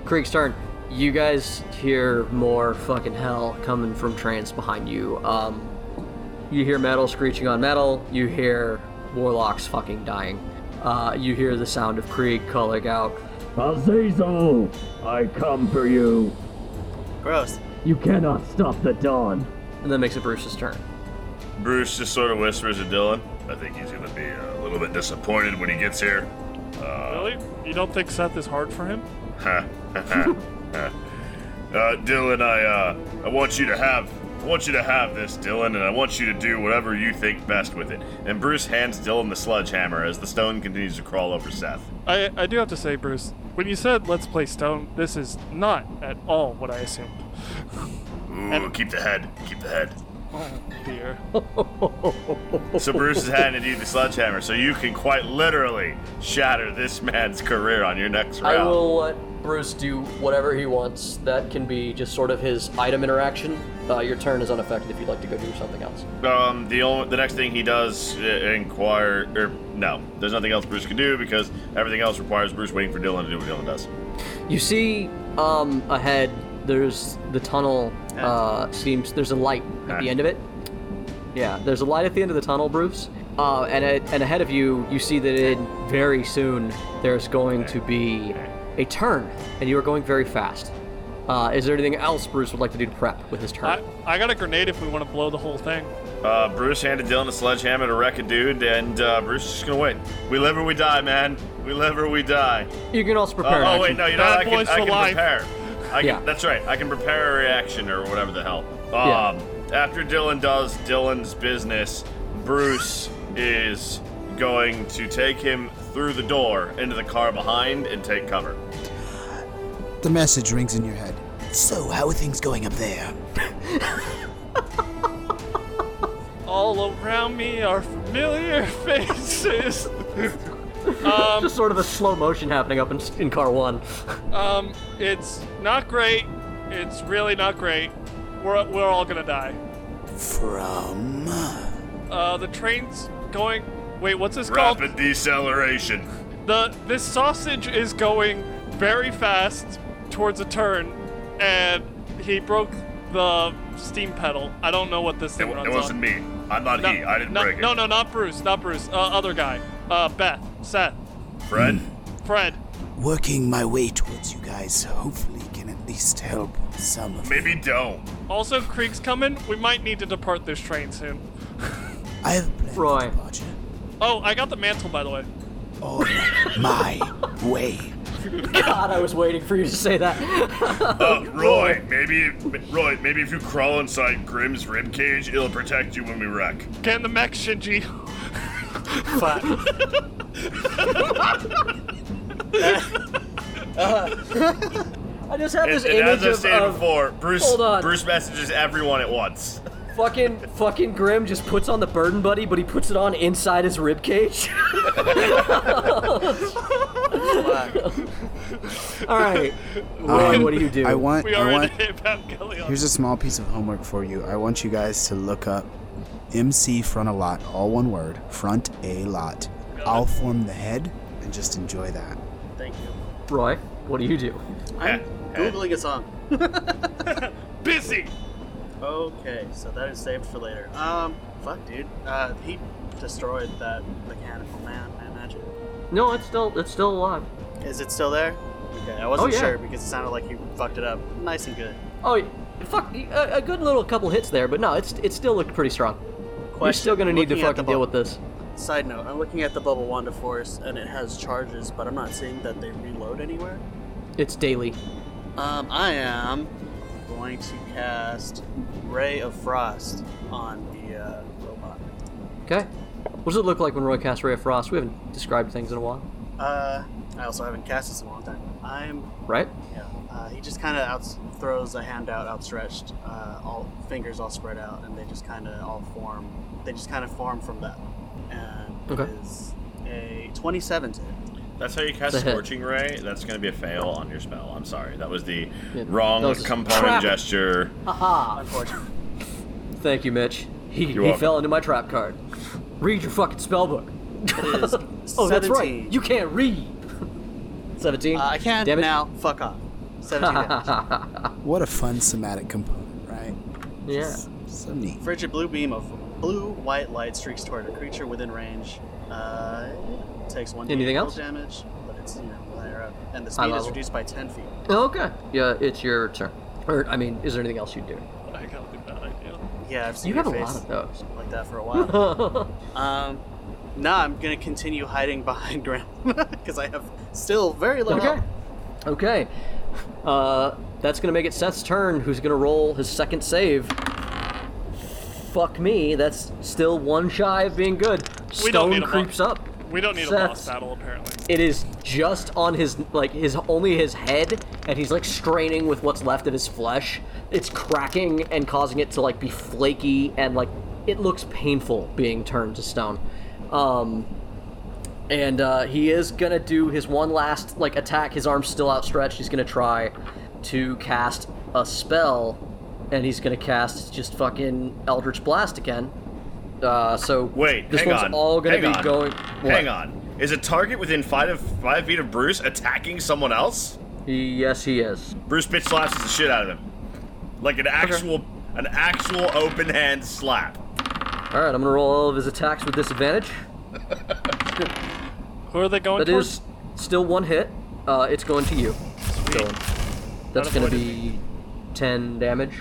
Speaker 2: Krieg's turn. You guys hear more fucking hell coming from trains behind you. Um, you hear metal screeching on metal. You hear warlocks fucking dying. Uh, you hear the sound of Krieg calling out.
Speaker 1: Azazel, I come for you.
Speaker 5: Gross.
Speaker 1: You cannot stop the dawn.
Speaker 2: And then makes it Bruce's turn.
Speaker 6: Bruce just sort of whispers to Dylan. I think he's going to be uh, a little bit disappointed when he gets here.
Speaker 3: Really? You don't think Seth is hard for him?
Speaker 6: uh, Dylan, I uh, I want you to have I want you to have this, Dylan, and I want you to do whatever you think best with it. And Bruce hands Dylan the sledgehammer as the stone continues to crawl over Seth.
Speaker 3: I I do have to say, Bruce, when you said let's play Stone, this is not at all what I assumed.
Speaker 6: Ooh, keep the head, keep the head.
Speaker 3: Oh dear.
Speaker 6: So Bruce has handed you the sledgehammer, so you can quite literally shatter this man's career on your next round.
Speaker 2: I will let Bruce do whatever he wants. That can be just sort of his item interaction. Uh, your turn is unaffected if you'd like to go do something else.
Speaker 6: Um, the only, the next thing he does uh, inquire, or no, there's nothing else Bruce can do because everything else requires Bruce waiting for Dylan to do what Dylan does.
Speaker 2: You see um, ahead, there's the tunnel uh, seems there's a light at the end of it. Yeah, there's a light at the end of the tunnel, Bruce. Uh, and, a- and ahead of you, you see that in very soon there's going to be a turn, and you are going very fast. Uh, is there anything else Bruce would like to do to prep with his turn?
Speaker 3: I, I got a grenade if we want to blow the whole thing.
Speaker 6: Uh, Bruce handed Dylan a sledgehammer to wreck a dude, and uh, Bruce is just gonna wait. We live or we die, man. We live or we die.
Speaker 2: you can also
Speaker 6: Uh,
Speaker 2: prepare. an
Speaker 6: oh
Speaker 2: action.
Speaker 6: wait, no, you know
Speaker 3: Bad
Speaker 6: what? I can,
Speaker 3: boys
Speaker 6: I
Speaker 3: for
Speaker 6: can
Speaker 3: life.
Speaker 6: prepare. I can,
Speaker 2: Yeah.
Speaker 6: That's right. I can prepare a reaction or whatever the hell. Um,
Speaker 2: Yeah.
Speaker 6: After Dylan does Dylan's business, Bruce is going to take him through the door into the car behind and take cover.
Speaker 7: The message rings in your head. So, how are things going up there?
Speaker 3: All around me are familiar faces. um,
Speaker 2: Just sort of a slow motion happening up in, in car one.
Speaker 3: um, it's not great. It's really not great. We're, we're all gonna die.
Speaker 7: From.
Speaker 3: Uh, the train's going. Wait, what's this called?
Speaker 6: Rapid deceleration.
Speaker 3: The this sausage is going very fast towards a turn, and he broke the steam pedal. I don't know what this
Speaker 6: It,
Speaker 3: thing
Speaker 6: wa-
Speaker 3: runs
Speaker 6: it wasn't
Speaker 3: on.
Speaker 6: me. I'm not
Speaker 3: No,
Speaker 6: he. I didn't
Speaker 3: no,
Speaker 6: break it.
Speaker 3: No, no, not Bruce. Not Bruce. Uh, other guy. Uh, Beth. Seth.
Speaker 6: Fred,
Speaker 3: Fred.
Speaker 7: Working my way towards you guys, hopefully, can at least help some of
Speaker 6: maybe don't.
Speaker 3: Also, Krieg's coming. We might need to depart this train soon.
Speaker 7: I have a plan for
Speaker 2: Roy.
Speaker 7: departure.
Speaker 3: Oh, I got the mantle by the way.
Speaker 7: On my way.
Speaker 2: God, I was waiting for you to say that.
Speaker 6: Uh, Roy, maybe, Roy, maybe if you crawl inside Grimm's ribcage, it'll protect you when we wreck.
Speaker 3: Get in the mech, Shinji.
Speaker 2: I just have this
Speaker 6: And, and
Speaker 2: image
Speaker 6: as I
Speaker 2: of,
Speaker 6: stated
Speaker 2: of
Speaker 6: before, Bruce
Speaker 2: Hold on.
Speaker 6: Bruce messages everyone at once.
Speaker 2: fucking fucking Grim just puts on the burden buddy, but he puts it on inside his ribcage. All right, Roy,
Speaker 7: Um,
Speaker 2: what do you do?
Speaker 7: I want.
Speaker 3: We
Speaker 7: I
Speaker 3: are in
Speaker 7: want.
Speaker 3: a Pat Kelly on.
Speaker 7: Here's a small piece of homework for you. I want you guys to look up MC front a lot, all one word, front a lot. I'll form the head and just enjoy that.
Speaker 5: Thank you.
Speaker 2: Roy, what do you do?
Speaker 5: I'm
Speaker 6: Eh, eh.
Speaker 5: googling a song.
Speaker 3: Busy.
Speaker 5: Okay, so that is saved for later. Um, fuck, dude. Uh, he destroyed that mechanical man. I imagine.
Speaker 2: No, it's still it's still alive.
Speaker 5: Is it still there? Okay, I wasn't
Speaker 2: Oh, yeah.
Speaker 5: sure because it sounded like he fucked it up. Nice and good.
Speaker 2: Oh, y- fuck, y- a, a good little couple hits there, but no, it's it still looked pretty strong. You're
Speaker 5: Question,
Speaker 2: still gonna need to
Speaker 5: looking at the
Speaker 2: fucking deal with
Speaker 5: bubble-
Speaker 2: this.
Speaker 5: Side note: I'm looking at the bubble wand of force, and it has charges, but I'm not seeing that they reload anywhere.
Speaker 2: It's daily.
Speaker 5: Um, I am going to cast Ray of Frost on the uh, robot.
Speaker 2: Okay. What does it look like when Roy casts Ray of Frost? We haven't described things in a while,
Speaker 5: Uh, I also haven't cast this in a long time. I'm
Speaker 2: right?
Speaker 5: Yeah, uh, he just kind of out- throws a hand out outstretched, uh, all fingers all spread out, and they just kind of all form. They just kind of form from that. And
Speaker 2: Okay.
Speaker 5: it is a 27 to hit.
Speaker 6: That's how you cast
Speaker 2: The hit.
Speaker 6: Scorching Ray. That's going to be a fail on your spell. I'm sorry. That was the
Speaker 2: Yeah,
Speaker 6: wrong
Speaker 2: that was Uh, a
Speaker 6: component
Speaker 2: trap.
Speaker 6: gesture.
Speaker 2: Haha.
Speaker 5: Unfortunately.
Speaker 2: Thank you, Mitch. He,
Speaker 6: You're
Speaker 2: he
Speaker 6: welcome.
Speaker 2: fell into my trap card. Read your fucking spellbook.
Speaker 5: it is
Speaker 2: Oh,
Speaker 5: 17.
Speaker 2: that's right. You can't read. 17.
Speaker 5: Uh, I can't
Speaker 2: Damn it.
Speaker 5: now. Fuck off. 17 damage.
Speaker 7: What a fun somatic component, right?
Speaker 2: yeah.
Speaker 7: So neat.
Speaker 5: Frigid blue beam of blue white light streaks toward a creature within range. Uh, it takes one
Speaker 2: Anything
Speaker 5: d8
Speaker 2: else?
Speaker 5: damage, but it's you know higher up, and the
Speaker 2: High
Speaker 5: speed is
Speaker 2: level.
Speaker 5: reduced by 10 feet.
Speaker 2: Oh, Okay. Yeah, it's your turn. Or, I mean, is there anything else you'd do?
Speaker 3: I got a bad idea.
Speaker 5: Yeah, I've seen
Speaker 2: You
Speaker 5: your
Speaker 2: have a
Speaker 5: face.
Speaker 2: lot of those.
Speaker 5: like that for a while. um, nah, I'm gonna continue hiding behind Graham because I have still very low.
Speaker 2: okay.
Speaker 5: health.
Speaker 2: Okay. Uh, that's going to make it Seth's turn, who's going to roll his second save. Fuck me, that's still one shy of being good. Stone
Speaker 3: We don't need a mo-
Speaker 2: creeps up.
Speaker 3: We don't need a
Speaker 2: Seth.
Speaker 3: boss battle apparently.
Speaker 2: It is just on his like his only his head, and he's like straining with what's left of his flesh. It's cracking and causing it to like be flaky and like it looks painful being turned to stone. Um, and uh, he is gonna do his one last like attack. His arm's still outstretched. He's gonna try to cast a spell, and he's gonna cast just fucking Eldritch Blast again. Uh, so
Speaker 6: Wait,
Speaker 2: this
Speaker 6: hang
Speaker 2: one's
Speaker 6: on.
Speaker 2: all gonna
Speaker 6: hang
Speaker 2: be
Speaker 6: on.
Speaker 2: going.
Speaker 6: Hang
Speaker 2: What?
Speaker 6: on. Is a target within five of five feet of Bruce attacking someone else?
Speaker 2: Yes, he is.
Speaker 6: Bruce bitch slaps the shit out of him, like an actual, an actual open hand slap.
Speaker 2: All right, I'm gonna roll all of his attacks with disadvantage.
Speaker 3: Who are they going
Speaker 2: That
Speaker 3: for?
Speaker 2: is still one hit. Uh, it's going to you. Dylan. That's
Speaker 3: That
Speaker 2: gonna
Speaker 3: avoided
Speaker 2: be ten damage.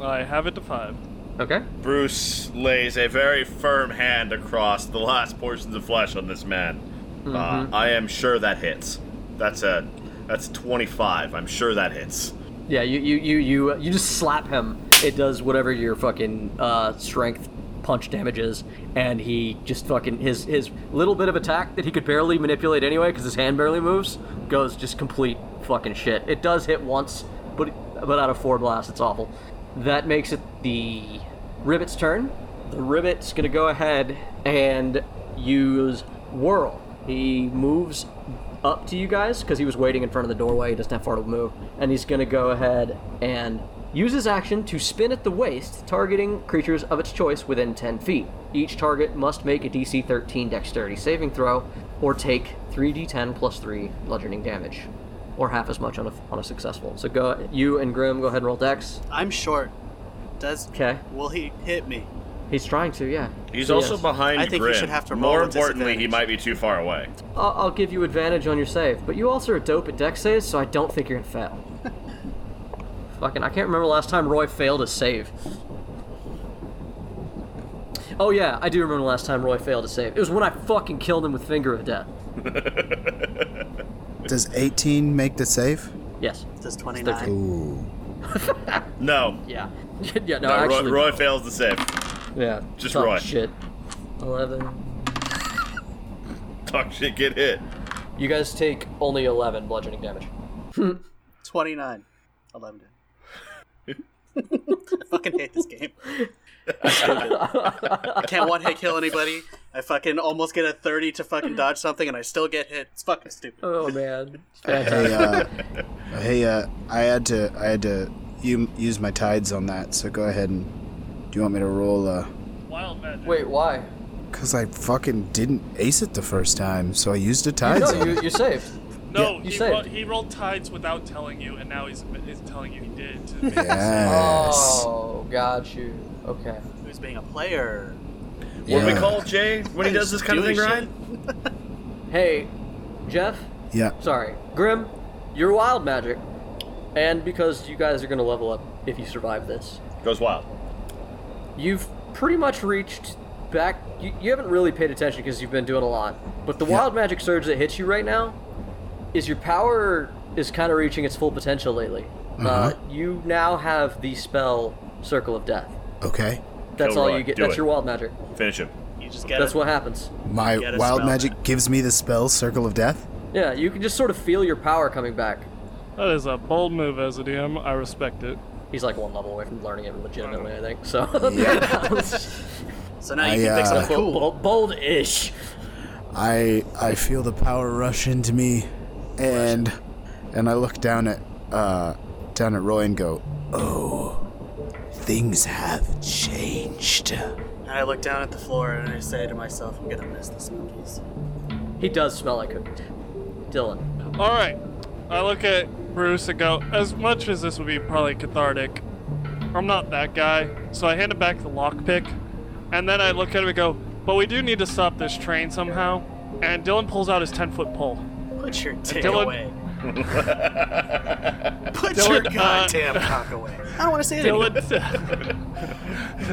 Speaker 3: I have it to five.
Speaker 2: Okay.
Speaker 6: Bruce lays a very firm hand across the last portions of flesh on this man.
Speaker 5: Mm-hmm.
Speaker 6: Uh, I am sure that hits. That's a, that's 25. I'm sure that hits.
Speaker 2: Yeah, you you you you uh, you just slap him. It does whatever your fucking uh, strength punch damage is, and he just fucking his his little bit of attack that he could barely manipulate anyway because his hand barely moves goes just complete fucking shit. It does hit once, but but out of four blasts, it's awful. That makes it the ribbit's turn. The ribbit's gonna go ahead and use whirl. He moves up to you guys because he was waiting in front of the doorway. He doesn't have far to move, and he's gonna go ahead and use his action to spin at the waist, targeting creatures of its choice within 10 feet. Each target must make a DC 13 Dexterity saving throw, or take 3d10 plus three bludgeoning damage, or half as much on a on a successful. So go, you and Grim, go ahead and roll Dex.
Speaker 5: I'm short. Does
Speaker 2: Okay,
Speaker 5: will he hit me?
Speaker 2: he's trying to, yeah.
Speaker 6: He's
Speaker 2: He
Speaker 6: also
Speaker 2: is.
Speaker 6: behind.
Speaker 5: I think we
Speaker 6: Grim.
Speaker 5: should have to roll
Speaker 6: More
Speaker 5: with
Speaker 6: importantly, he
Speaker 5: disadvantage.
Speaker 6: might be too far away.
Speaker 2: I'll, I'll give you advantage on your save, but you also are dope at deck saves, so I don't think you're gonna fail. Fucking, I can't remember last time Roy failed a save. Oh yeah, I do remember the last time Roy failed a save. It was when I fucking killed him with Finger of Death.
Speaker 7: Does 18 make the save?
Speaker 2: Yes.
Speaker 5: Does 29?
Speaker 7: Ooh.
Speaker 6: No,
Speaker 2: Yeah. yeah. No,
Speaker 6: no. Roy,
Speaker 2: actually.
Speaker 6: Roy fails the save.
Speaker 2: yeah.
Speaker 6: just
Speaker 2: tough
Speaker 6: Roy.
Speaker 2: Shit. Eleven.
Speaker 6: Talk shit, get hit.
Speaker 2: You guys take only eleven bludgeoning damage.
Speaker 5: 29. 11. I fucking hate this game. I can't one hit kill anybody. I fucking almost get a 30 to fucking dodge something and I still get hit. It's fucking stupid.
Speaker 2: Oh man.
Speaker 7: Hey, uh, hey, uh, I had to, I had to u- use my tides on that. So go ahead and. Do you want me to roll? Uh,
Speaker 3: Wild magic.
Speaker 2: Wait, why?
Speaker 7: cause I fucking didn't ace it the first time, so I used a tides
Speaker 2: No,
Speaker 7: on.
Speaker 2: you,
Speaker 7: it.
Speaker 2: you saved.
Speaker 3: no,
Speaker 2: you
Speaker 3: he,
Speaker 2: saved.
Speaker 3: ro- he rolled tides without telling you, and now he's, he's telling you he did. To make-
Speaker 7: Yes.
Speaker 2: Oh, got you. Okay.
Speaker 5: Who's being a player?
Speaker 6: What do we
Speaker 7: Yeah.
Speaker 6: call Jay when he does this kind of thing,
Speaker 5: Doing
Speaker 6: Ryan?
Speaker 2: Hey, Jeff,
Speaker 7: Yeah.
Speaker 2: sorry, Grim, you're wild magic. And because you guys are going to level up if you survive this,
Speaker 6: Goes wild.
Speaker 2: you've pretty much reached back. You, you haven't really paid attention because you've been doing a lot. But the wild magic surge that hits you right now is your power is kind of reaching its full potential lately.
Speaker 6: Uh-huh.
Speaker 2: Uh, you now have the spell Circle of Death.
Speaker 7: Okay.
Speaker 2: That's
Speaker 6: Kill
Speaker 2: all
Speaker 6: Roy.
Speaker 2: you get.
Speaker 6: Do
Speaker 2: That's
Speaker 6: it.
Speaker 2: your wild magic.
Speaker 6: Finish him.
Speaker 5: You just get
Speaker 2: That's
Speaker 5: it.
Speaker 2: what happens.
Speaker 7: My
Speaker 5: Get a
Speaker 7: wild
Speaker 5: spell
Speaker 7: magic gives me the spell Circle of Death.
Speaker 2: Yeah, you can just sort of feel your power coming back.
Speaker 3: that is a bold move as a DM. I respect it.
Speaker 2: He's like one level away from learning it legitimately, I think. So
Speaker 5: So now you
Speaker 7: I,
Speaker 5: can pick
Speaker 7: uh,
Speaker 5: something cool.
Speaker 2: bold ish.
Speaker 7: I I feel the power rush into me, and and I look down at uh down at Roy and go, oh, things have changed.
Speaker 5: And I look down at the floor and I say to myself, I'm gonna miss the smokies.
Speaker 2: He does smell like cookies. Dylan.
Speaker 3: All right. I look at Bruce and go, as much as this would be probably cathartic, I'm not that guy. So I hand him back the lockpick. And then I look at him and go, but we do need to stop this train somehow. And Dylan pulls out his 10 foot pole.
Speaker 5: Put your dick
Speaker 3: Dylan-
Speaker 5: away. Put your
Speaker 3: Dylan, uh,
Speaker 5: goddamn cock away. I don't want to say it anymore.
Speaker 3: Dylan,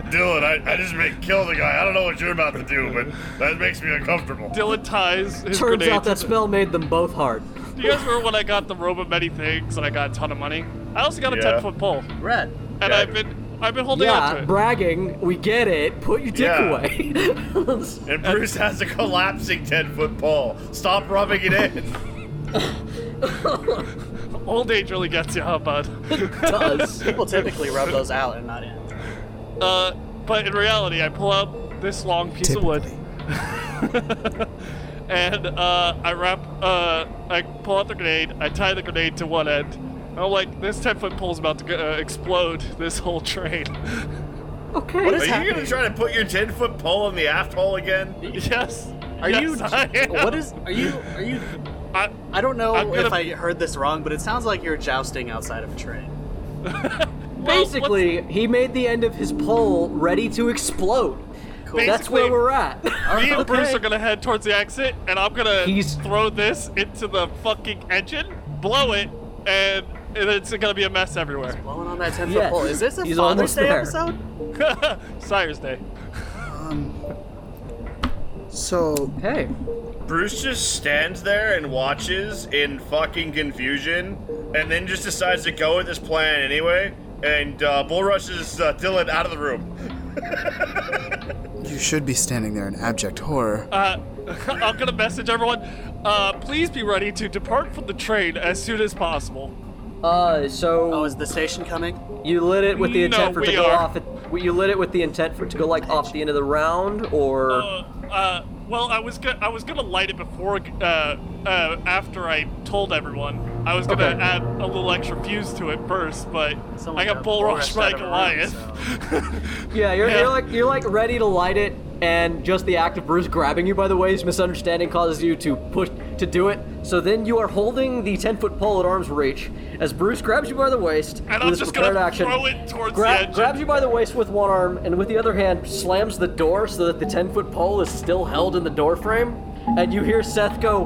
Speaker 6: Dylan, I, I just make kill the guy. I don't know what you're about to do, but that makes me uncomfortable.
Speaker 3: Dylan ties his
Speaker 2: Turns
Speaker 3: grenade.
Speaker 2: out that spell made them both hard.
Speaker 3: Do you guys remember when I got the robe of many things and I got a ton of money? I also got a
Speaker 6: Yeah.
Speaker 3: 10 foot pole.
Speaker 5: Red.
Speaker 3: And
Speaker 6: Yeah.
Speaker 3: I've been I've been holding on to
Speaker 2: Yeah,
Speaker 3: it.
Speaker 2: bragging. We get it. Put your dick
Speaker 6: Yeah.
Speaker 2: away.
Speaker 6: And Bruce has a collapsing 10 foot pole. Stop rubbing it in.
Speaker 3: Old age really gets you, huh, bud?
Speaker 2: does.
Speaker 5: People typically rub those out and not in.
Speaker 3: Uh, but in reality, I pull out this long piece of
Speaker 7: Typically.
Speaker 3: wood. and uh, I wrap, uh, I pull out the grenade, I tie the grenade to one end. and I'm like, this 10 foot pole's about to go, uh, explode this whole train.
Speaker 2: Okay.
Speaker 5: What
Speaker 6: Are
Speaker 5: is
Speaker 6: you
Speaker 5: happening?
Speaker 6: going to try to put your 10 foot pole in the aft hole again?
Speaker 3: yes.
Speaker 5: Are
Speaker 3: yes,
Speaker 5: you?
Speaker 3: I am.
Speaker 5: What is? Are you? Are you?
Speaker 3: I,
Speaker 5: I don't know
Speaker 3: I'm gonna-
Speaker 5: if I heard this wrong, but it sounds like you're jousting outside of a train.
Speaker 3: well, what's-
Speaker 2: Basically, he made the end of his pole ready to explode.
Speaker 5: Cool.
Speaker 2: That's where
Speaker 3: Basically-
Speaker 2: we're at.
Speaker 3: me and Bruce
Speaker 2: Okay.
Speaker 3: are gonna head towards the exit, and I'm gonna
Speaker 2: He's-
Speaker 3: throw this into the fucking engine, blow it, and it's gonna be a mess everywhere.
Speaker 5: Blowing on that ten foot
Speaker 2: Yes.
Speaker 5: pole. Is this a
Speaker 2: He's almost
Speaker 5: Father's Day
Speaker 2: there.
Speaker 5: episode?
Speaker 3: Sire's Day.
Speaker 7: So
Speaker 2: Hey,
Speaker 6: Bruce just stands there and watches in fucking confusion and then just decides to go with his plan anyway. And uh, Bull rushes uh, Dylan out of the room.
Speaker 7: you should be standing there in abject horror.
Speaker 3: Uh, I'm gonna message everyone. Uh, please be ready to depart from the train as soon as possible.
Speaker 2: uh, so
Speaker 5: Oh, is the station coming?
Speaker 2: you lit it with the
Speaker 3: No,
Speaker 2: intent for it to
Speaker 3: we
Speaker 2: go
Speaker 3: are.
Speaker 2: off. At, you lit it with the intent for it to go like off the end of the round, or
Speaker 3: Uh, uh, well, I was gonna I was gonna light it before uh, uh, after I told everyone. I was gonna
Speaker 2: Okay.
Speaker 3: add a little extra fuse to it first, but
Speaker 5: Someone
Speaker 3: I got,
Speaker 5: got
Speaker 3: bull
Speaker 5: bull
Speaker 3: rushed
Speaker 5: rushed
Speaker 3: by
Speaker 5: out of the room,
Speaker 3: Goliath.
Speaker 2: yeah, you're,
Speaker 3: yeah.
Speaker 2: you're like you're like ready to light it, and just the act of Bruce grabbing you by the waist, misunderstanding causes you to push to do it. So then you are holding the ten foot pole at arm's reach as Bruce grabs you by the waist
Speaker 3: And
Speaker 2: with
Speaker 3: I'm
Speaker 2: his
Speaker 3: just
Speaker 2: prepared
Speaker 3: gonna
Speaker 2: action.
Speaker 3: throw it towards
Speaker 2: Gra-
Speaker 3: the engine.
Speaker 2: grabs you by the waist with one arm and with the other hand slams the door so that the 10 foot pole is still held in the door frame. And you hear Seth go,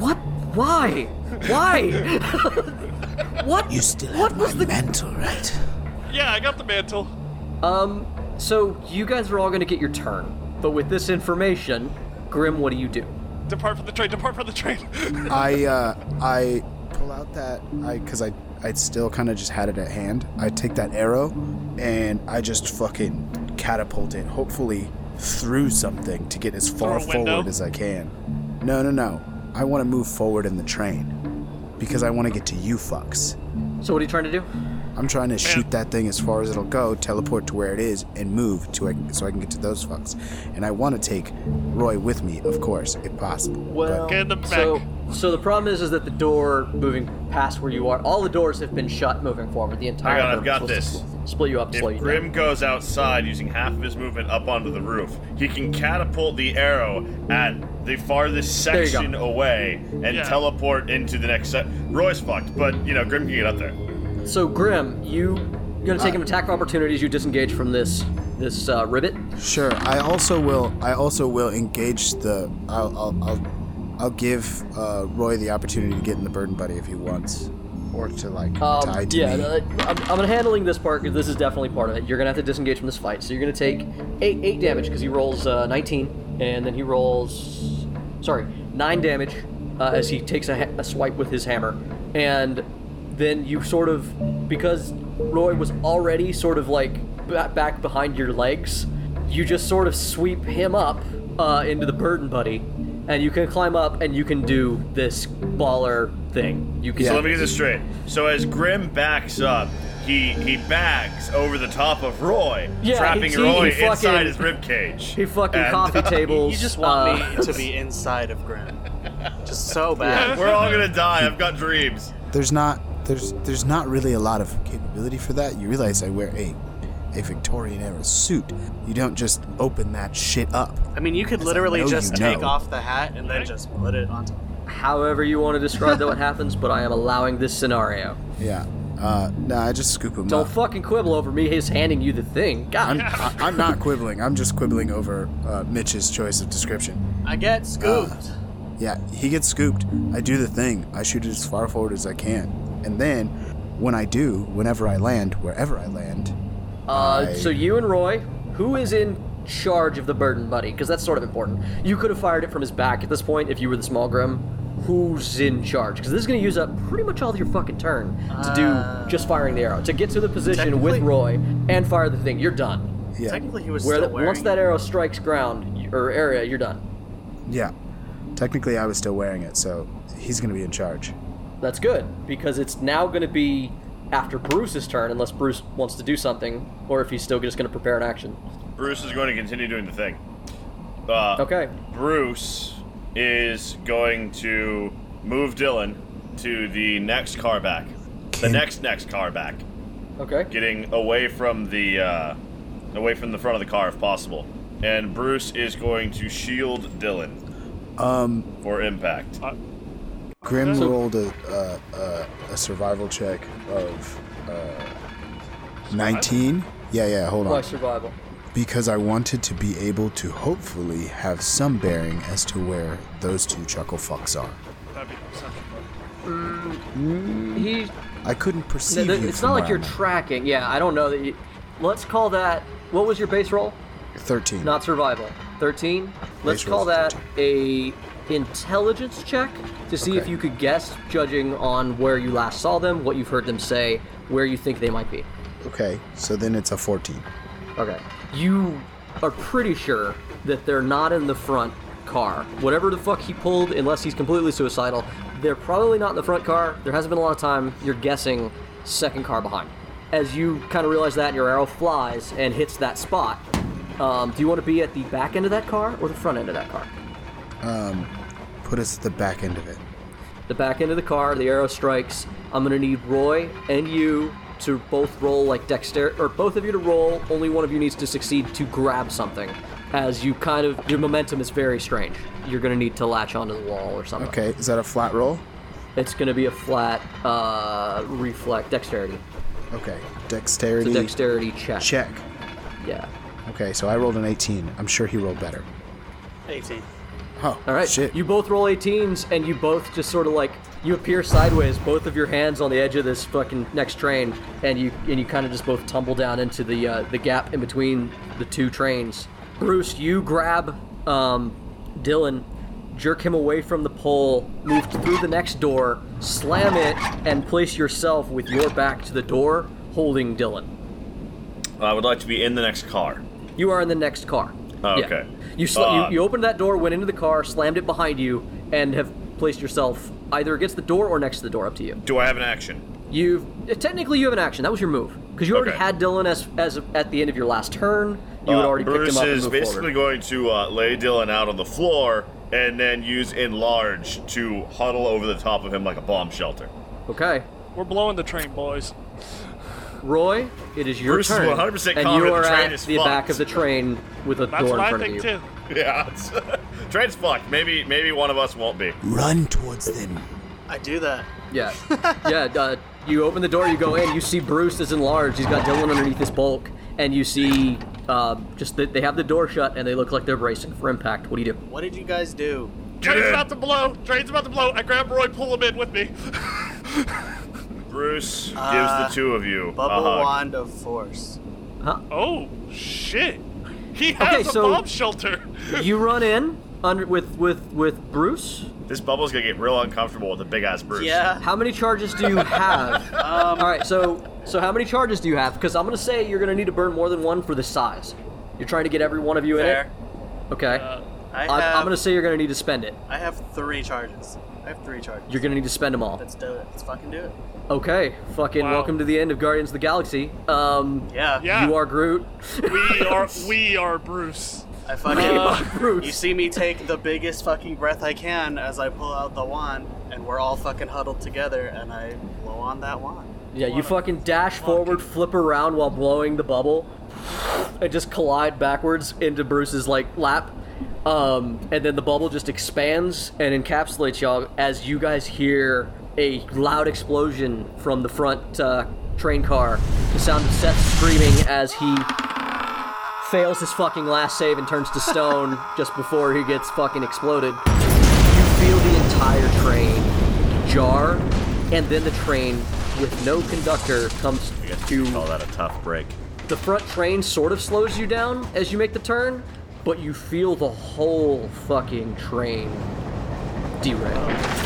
Speaker 2: What? Why? Why? what?
Speaker 4: You still
Speaker 2: what
Speaker 4: have
Speaker 2: was
Speaker 4: my
Speaker 2: the.
Speaker 4: mantle, right?
Speaker 3: yeah, I got the mantle.
Speaker 2: Um, so you guys are all gonna get your turn. But with this information, Grim, what do you do?
Speaker 3: Depart from the train. Depart from the train.
Speaker 7: I uh, I pull out that I because I I still kind of just had it at hand. I take that arrow and I just fucking catapult it, hopefully through something to get as far
Speaker 3: Through a window?
Speaker 7: forward as I can. No, no, no. I want to move forward in the train because I want to get to you fucks.
Speaker 2: So, what are you trying to do?
Speaker 7: I'm trying to shoot that thing as far as it'll go, teleport to where it is, and move to I can, so I can get to those fucks. And I want to take Roy with me, of course, if possible. but-
Speaker 2: Well,
Speaker 3: Get in the back.
Speaker 2: so so the problem is is that the door moving past where you are, all the doors have been shut moving forward. The entire.
Speaker 6: Hang on, I've
Speaker 2: room is
Speaker 6: got
Speaker 2: supposed to
Speaker 6: this.
Speaker 2: split- Split you up, slow you
Speaker 6: If
Speaker 2: down.
Speaker 6: Grim goes outside using half of his movement up onto the roof, he can catapult the arrow at the farthest
Speaker 2: There you go.
Speaker 6: section away and
Speaker 3: Yeah.
Speaker 6: teleport into the next set. Roy's fucked, but you know Grim can get up there.
Speaker 2: So Grim, you you're gonna take an attack of opportunity as you disengage from this this uh, ribbit.
Speaker 7: Sure. I also will. I also will engage the. I'll. I'll. I'll, I'll give uh, Roy the opportunity to get in the burden buddy if he wants, or to like tie
Speaker 2: Um,
Speaker 7: to
Speaker 2: yeah,
Speaker 7: me.
Speaker 2: uh, I'm, I'm handling this part because this is definitely part of it. You're gonna have to disengage from this fight, so you're gonna take eight eight damage because he rolls uh, 19, and then he rolls sorry nine damage uh, as he takes a, ha- a swipe with his hammer, and then you sort of because Roy was already sort of like ba- back behind your legs, you just sort of sweep him up uh, into the burden buddy, and you can climb up and you can do this baller thing. You can
Speaker 6: So
Speaker 7: Yeah.
Speaker 6: let me get this straight. So as Grim backs up, he he bags over the top of Roy,
Speaker 2: Yeah,
Speaker 6: trapping
Speaker 2: he- he-
Speaker 6: Roy
Speaker 2: he fucking-
Speaker 6: inside his ribcage.
Speaker 2: He fucking
Speaker 6: And,
Speaker 2: coffee
Speaker 6: uh,
Speaker 2: tables.
Speaker 5: You just want
Speaker 2: uh,
Speaker 5: me to be inside of Grim, just so bad.
Speaker 6: We're all gonna die. I've got dreams.
Speaker 7: There's not. There's. There's not really a lot of capability for that. You realize I wear a, a Victorian era suit. You don't just open that shit up.
Speaker 5: I mean, you could
Speaker 7: As I
Speaker 5: literally
Speaker 7: know
Speaker 5: just
Speaker 7: you
Speaker 5: take
Speaker 7: know.
Speaker 5: off the hat and then just put it on top.
Speaker 2: However, you want to describe that what happens, but I am allowing this scenario.
Speaker 7: Yeah. Uh. No. I just scoop him
Speaker 2: Don't
Speaker 7: up.
Speaker 2: fucking quibble over me. He's handing you the thing. God.
Speaker 7: I'm, I, I'm not quibbling. I'm just quibbling over uh, Mitch's choice of description.
Speaker 5: I get scooped.
Speaker 7: Yeah, he gets scooped. I do the thing. I shoot it as far forward as I can. And then, when I do, whenever I land, wherever I land,
Speaker 2: Uh, so you and Roy, who is in charge of the burden, buddy? Because that's sort of important. You could have fired it from his back at this point if you were the small grim. who's in charge because this is going to use up pretty much all of your fucking turn to do just firing the arrow to get to the position with
Speaker 5: Uh. technically-
Speaker 2: Roy and fire the thing. You're done.
Speaker 7: Yeah.
Speaker 5: Technically, he was
Speaker 2: Where
Speaker 5: still
Speaker 2: the,
Speaker 5: wearing
Speaker 2: once that arrow strikes ground y- or area, you're done.
Speaker 7: Yeah. Technically, I was still wearing it, so he's going to be in charge.
Speaker 2: That's good because it's now going to be after Bruce's turn, unless Bruce wants to do something or if he's still just going to prepare an action.
Speaker 6: Bruce is going to continue doing the thing. Uh,
Speaker 2: Okay.
Speaker 6: Bruce is going to move Dylan to the next car back. The
Speaker 7: Can-
Speaker 6: next next car back,
Speaker 2: Okay.
Speaker 6: getting away from the uh, away from the front of the car if possible. And Bruce is going to shield Dylan
Speaker 7: Um,
Speaker 6: for impact.
Speaker 3: Uh,
Speaker 7: Grim
Speaker 3: So-
Speaker 7: rolled a, a, a, a survival check of uh, 19. Yeah, yeah, hold
Speaker 2: Why
Speaker 7: on.
Speaker 2: survival?
Speaker 7: Because I wanted to be able to hopefully have some bearing as to where those two chuckle fucks are.
Speaker 3: That'd be perception.
Speaker 2: He
Speaker 7: I couldn't perceive
Speaker 2: Th- th-
Speaker 7: you.
Speaker 2: it's
Speaker 7: from
Speaker 2: not like
Speaker 7: where
Speaker 2: you're
Speaker 7: I'm at.
Speaker 2: tracking. Yeah, I don't know that you. Let's call that. What was your base roll?
Speaker 7: 13.
Speaker 2: Not survival. 13? Let's
Speaker 7: Base
Speaker 2: call
Speaker 7: roll's
Speaker 2: that a intelligence check to see if
Speaker 7: Okay.
Speaker 2: you could guess, judging on where you last saw them, what you've heard them say, where you think they might be.
Speaker 7: Okay, so then it's a 14.
Speaker 2: Okay. You are pretty sure that they're not in the front car. Whatever the fuck he pulled, unless he's completely suicidal, they're probably not in the front car. There hasn't been a lot of time. You're guessing second car behind. As you kind of realize that, your arrow flies and hits that spot. Um, do you want to be at the back end of that car or the front end of that car?
Speaker 7: Um, put us at the back end of it.
Speaker 2: The back end of the car, the arrow strikes. I'm gonna need Roy and you to both roll like dexterity, or both of you to roll. Only one of you needs to succeed to grab something, as you kind of your momentum is very strange. You're gonna need to latch onto the wall or something.
Speaker 7: Okay, is that a flat roll?
Speaker 2: It's gonna be a flat uh, reflex dexterity.
Speaker 7: Okay,
Speaker 2: It's
Speaker 7: dexterity
Speaker 2: a dexterity check.
Speaker 7: check.
Speaker 2: Yeah.
Speaker 7: Okay, so I rolled an 18. I'm sure he rolled better.
Speaker 5: 18.
Speaker 7: Oh,
Speaker 2: All right.
Speaker 7: shit.
Speaker 2: You both roll 18s, and you both just sort of like you appear sideways, both of your hands on the edge of this fucking next train, and you and you kind of just both tumble down into the uh, the gap in between the two trains. Bruce, you grab um, Dylan, jerk him away from the pole, move through the next door, slam it, and place yourself with your back to the door, holding Dylan.
Speaker 6: I would like to be in the next car.
Speaker 2: You are in the next car.
Speaker 6: Oh,
Speaker 2: Yeah.
Speaker 6: okay.
Speaker 2: You, sla-
Speaker 6: Uh,
Speaker 2: you you opened that door, went into the car, slammed it behind you, and have placed yourself either against the door or next to the door. Up to you.
Speaker 6: Do I have an action?
Speaker 2: You've eh, technically you have an action. That was your move because you already
Speaker 6: Okay.
Speaker 2: had Dylan as as at the end of your last turn. You had
Speaker 6: Uh,
Speaker 2: already
Speaker 6: Bruce
Speaker 2: picked him up
Speaker 6: is
Speaker 2: and moved
Speaker 6: basically
Speaker 2: forward.
Speaker 6: going to uh, lay Dylan out on the floor and then use enlarge to huddle over the top of him like a bomb shelter.
Speaker 2: Okay,
Speaker 3: We're blowing the train, boys.
Speaker 2: Roy, it is your
Speaker 6: Bruce is
Speaker 2: turn,
Speaker 6: 100%
Speaker 2: and
Speaker 6: confident
Speaker 2: you are
Speaker 6: the train
Speaker 2: at
Speaker 6: is
Speaker 2: the back
Speaker 6: fucked.
Speaker 2: of the train with a
Speaker 3: That's
Speaker 2: door
Speaker 3: what
Speaker 2: in
Speaker 3: I
Speaker 2: front
Speaker 3: think
Speaker 2: of you.
Speaker 3: too.
Speaker 6: Yeah, it's, train's fucked. Maybe maybe one of us won't be.
Speaker 4: Run towards them.
Speaker 5: I do that.
Speaker 2: Yeah, yeah. Uh, you open the door, you go in, you see Bruce is enlarged. He's got Dylan underneath his bulk, and you see uh, just that they have the door shut and they look like they're bracing for impact. What do you do?
Speaker 5: What did you guys do?
Speaker 3: Train's about to blow. Train's about to blow. I grab Roy, pull him in with me.
Speaker 6: Bruce
Speaker 5: Uh,
Speaker 6: gives the two of you
Speaker 5: Bubble
Speaker 6: a hug.
Speaker 5: wand of force.
Speaker 3: Oh shit! He has
Speaker 2: Okay,
Speaker 3: a
Speaker 2: so-
Speaker 3: bomb shelter.
Speaker 2: You run in under with with with Bruce.
Speaker 6: This bubble's gonna get real uncomfortable with a big ass Bruce.
Speaker 5: Yeah.
Speaker 2: How many charges do you have?
Speaker 5: Um,
Speaker 2: All right, so so how many charges do you have? Because I'm gonna say you're gonna need to burn more than one for the size. You're trying to get every one of you
Speaker 5: Fair. Uh,
Speaker 2: in it. Okay.
Speaker 5: I
Speaker 2: I'm,
Speaker 5: have,
Speaker 2: I'm gonna say you're gonna need to spend it.
Speaker 5: I have three charges. I have three charges.
Speaker 2: You're gonna need to spend them all.
Speaker 5: Let's do it. Let's fucking do it.
Speaker 2: Okay, fucking
Speaker 3: Wow.
Speaker 2: welcome to the end of Guardians of the Galaxy. Um,
Speaker 5: Yeah.
Speaker 3: Yeah.
Speaker 2: you are Groot.
Speaker 3: we are we are Bruce.
Speaker 5: I fucking.
Speaker 2: Bruce.
Speaker 5: You see me take the biggest fucking breath I can as I pull out the wand, and we're all fucking huddled together, and I blow on that wand.
Speaker 2: yeah, you fucking dash forward, flip around while blowing the bubble, and just collide backwards into Bruce's like lap. Um, and then the bubble just expands and encapsulates y'all as you guys hear a loud explosion from the front uh, train car. The sound of Seth screaming as he fails his fucking last save and turns to stone just before he gets fucking exploded. You feel the entire train jar, and then the train with no conductor comes
Speaker 6: I guess you
Speaker 2: to
Speaker 6: could call that a tough break.
Speaker 2: the front train sort of slows you down as you make the turn, but you feel the whole fucking train derail.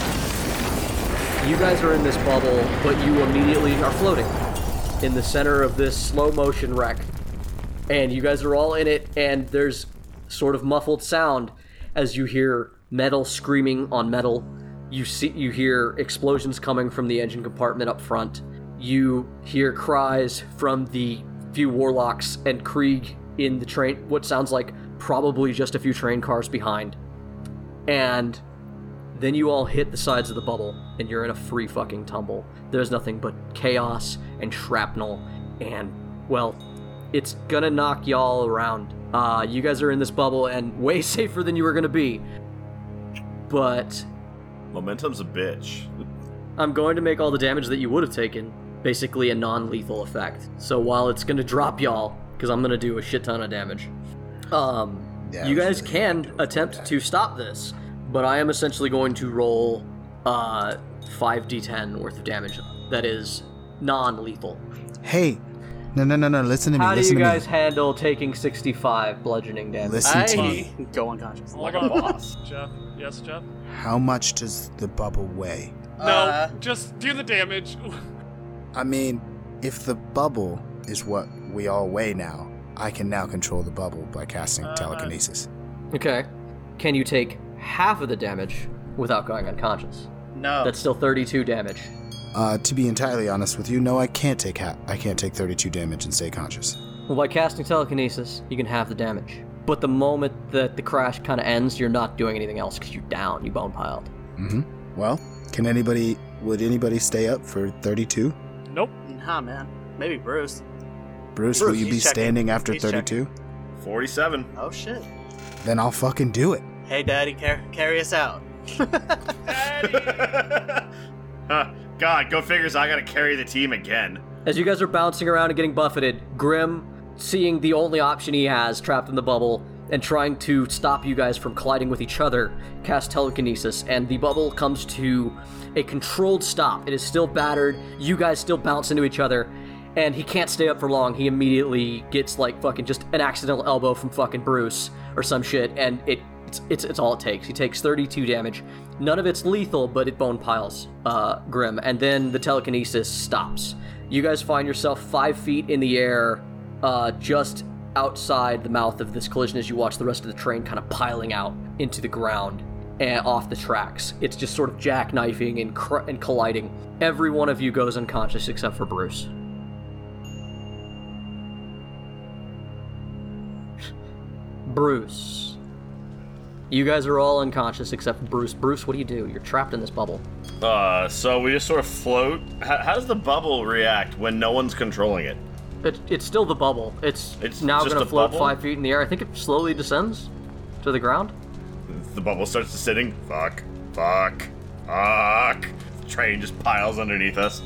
Speaker 2: You guys are in this bubble, but you immediately are floating in the center of this slow motion wreck. And you guys are all in it, and there's sort of muffled sound as you hear metal screaming on metal. You see you hear explosions coming from the engine compartment up front. You hear cries from the few warlocks and Krieg in the train what sounds like probably just a few train cars behind. And then you all hit the sides of the bubble, and you're in a free fucking tumble. There's nothing but chaos and shrapnel, and, well, it's gonna knock y'all around. Uh, you guys are in this bubble and way safer than you were gonna be. But
Speaker 6: Momentum's a bitch.
Speaker 2: I'm going to make all the damage that you would have taken, basically a non lethal effect. So while it's gonna drop y'all, because I'm gonna do a shit ton of damage, um,
Speaker 7: Yeah,
Speaker 2: you
Speaker 7: I was
Speaker 2: guys
Speaker 7: really
Speaker 2: can attempt to stop this, but I am essentially going to roll uh, 5d10 worth of damage that is non lethal.
Speaker 7: Hey, no, no, no, no. Listen to me.
Speaker 2: How do
Speaker 7: listen
Speaker 2: you
Speaker 7: to
Speaker 2: guys
Speaker 7: me.
Speaker 2: handle taking 65 bludgeoning damage?
Speaker 7: Listen to me.
Speaker 5: I go unconscious.
Speaker 3: Like a boss. Jeff. Yes, Jeff.
Speaker 7: How much does the bubble weigh?
Speaker 3: No,
Speaker 5: Uh,
Speaker 3: just do the damage.
Speaker 7: I mean, if the bubble is what we all weigh now, I can now control the bubble by casting
Speaker 5: Uh-huh.
Speaker 7: telekinesis.
Speaker 2: Okay. Can you take half of the damage without going unconscious?
Speaker 7: Oh.
Speaker 5: No.
Speaker 2: That's still 32 damage.
Speaker 7: Uh, to be entirely honest with you, no, I can't take ha- I can't take 32 damage and stay conscious.
Speaker 2: Well, by casting telekinesis, you can halve the damage. But the moment that the crash kind of ends, you're not doing anything else because you're down, you bone piled.
Speaker 7: Mm-hmm. Well, can anybody? Would anybody stay up for 32?
Speaker 3: nope.
Speaker 5: nah, man. Maybe Bruce. Bruce,
Speaker 7: Bruce, will you
Speaker 5: he's
Speaker 7: be
Speaker 5: checking.
Speaker 7: standing after
Speaker 5: He's
Speaker 7: 32?
Speaker 6: 47.
Speaker 5: Oh shit.
Speaker 7: Then I'll fucking do it.
Speaker 5: Hey, Daddy, car- carry us out.
Speaker 6: Huh, God, go figures. I gotta carry the team again.
Speaker 2: As you guys are bouncing around and getting buffeted, Grim, seeing the only option he has trapped in the bubble and trying to stop you guys from colliding with each other, casts telekinesis, and the bubble comes to a controlled stop. It is still battered, you guys still bounce into each other, and he can't stay up for long. He immediately gets like fucking just an accidental elbow from fucking Bruce or some shit, and it. It's, it's, it's all it takes. He takes 32 damage. None of it's lethal, but it bone piles uh, Grim. And then the telekinesis stops. You guys find yourself five feet in the air, uh, just outside the mouth of this collision as you watch the rest of the train kind of piling out into the ground and off the tracks. It's just sort of jackknifing and, cr- and colliding. Every one of you goes unconscious except for Bruce. Bruce. You guys are all unconscious except for Bruce. Bruce, what do you do? You're trapped in this bubble.
Speaker 6: Uh, so we just sort of float. How, how does the bubble react when no one's controlling it?
Speaker 2: It, it's still the bubble. It's,
Speaker 6: It's
Speaker 2: now
Speaker 6: just
Speaker 2: going to
Speaker 6: a
Speaker 2: float
Speaker 6: bubble?
Speaker 2: five feet in the air. I think it slowly descends to the ground.
Speaker 6: The bubble starts descending. Fuck. Fuck. Fuck. The train just piles underneath us.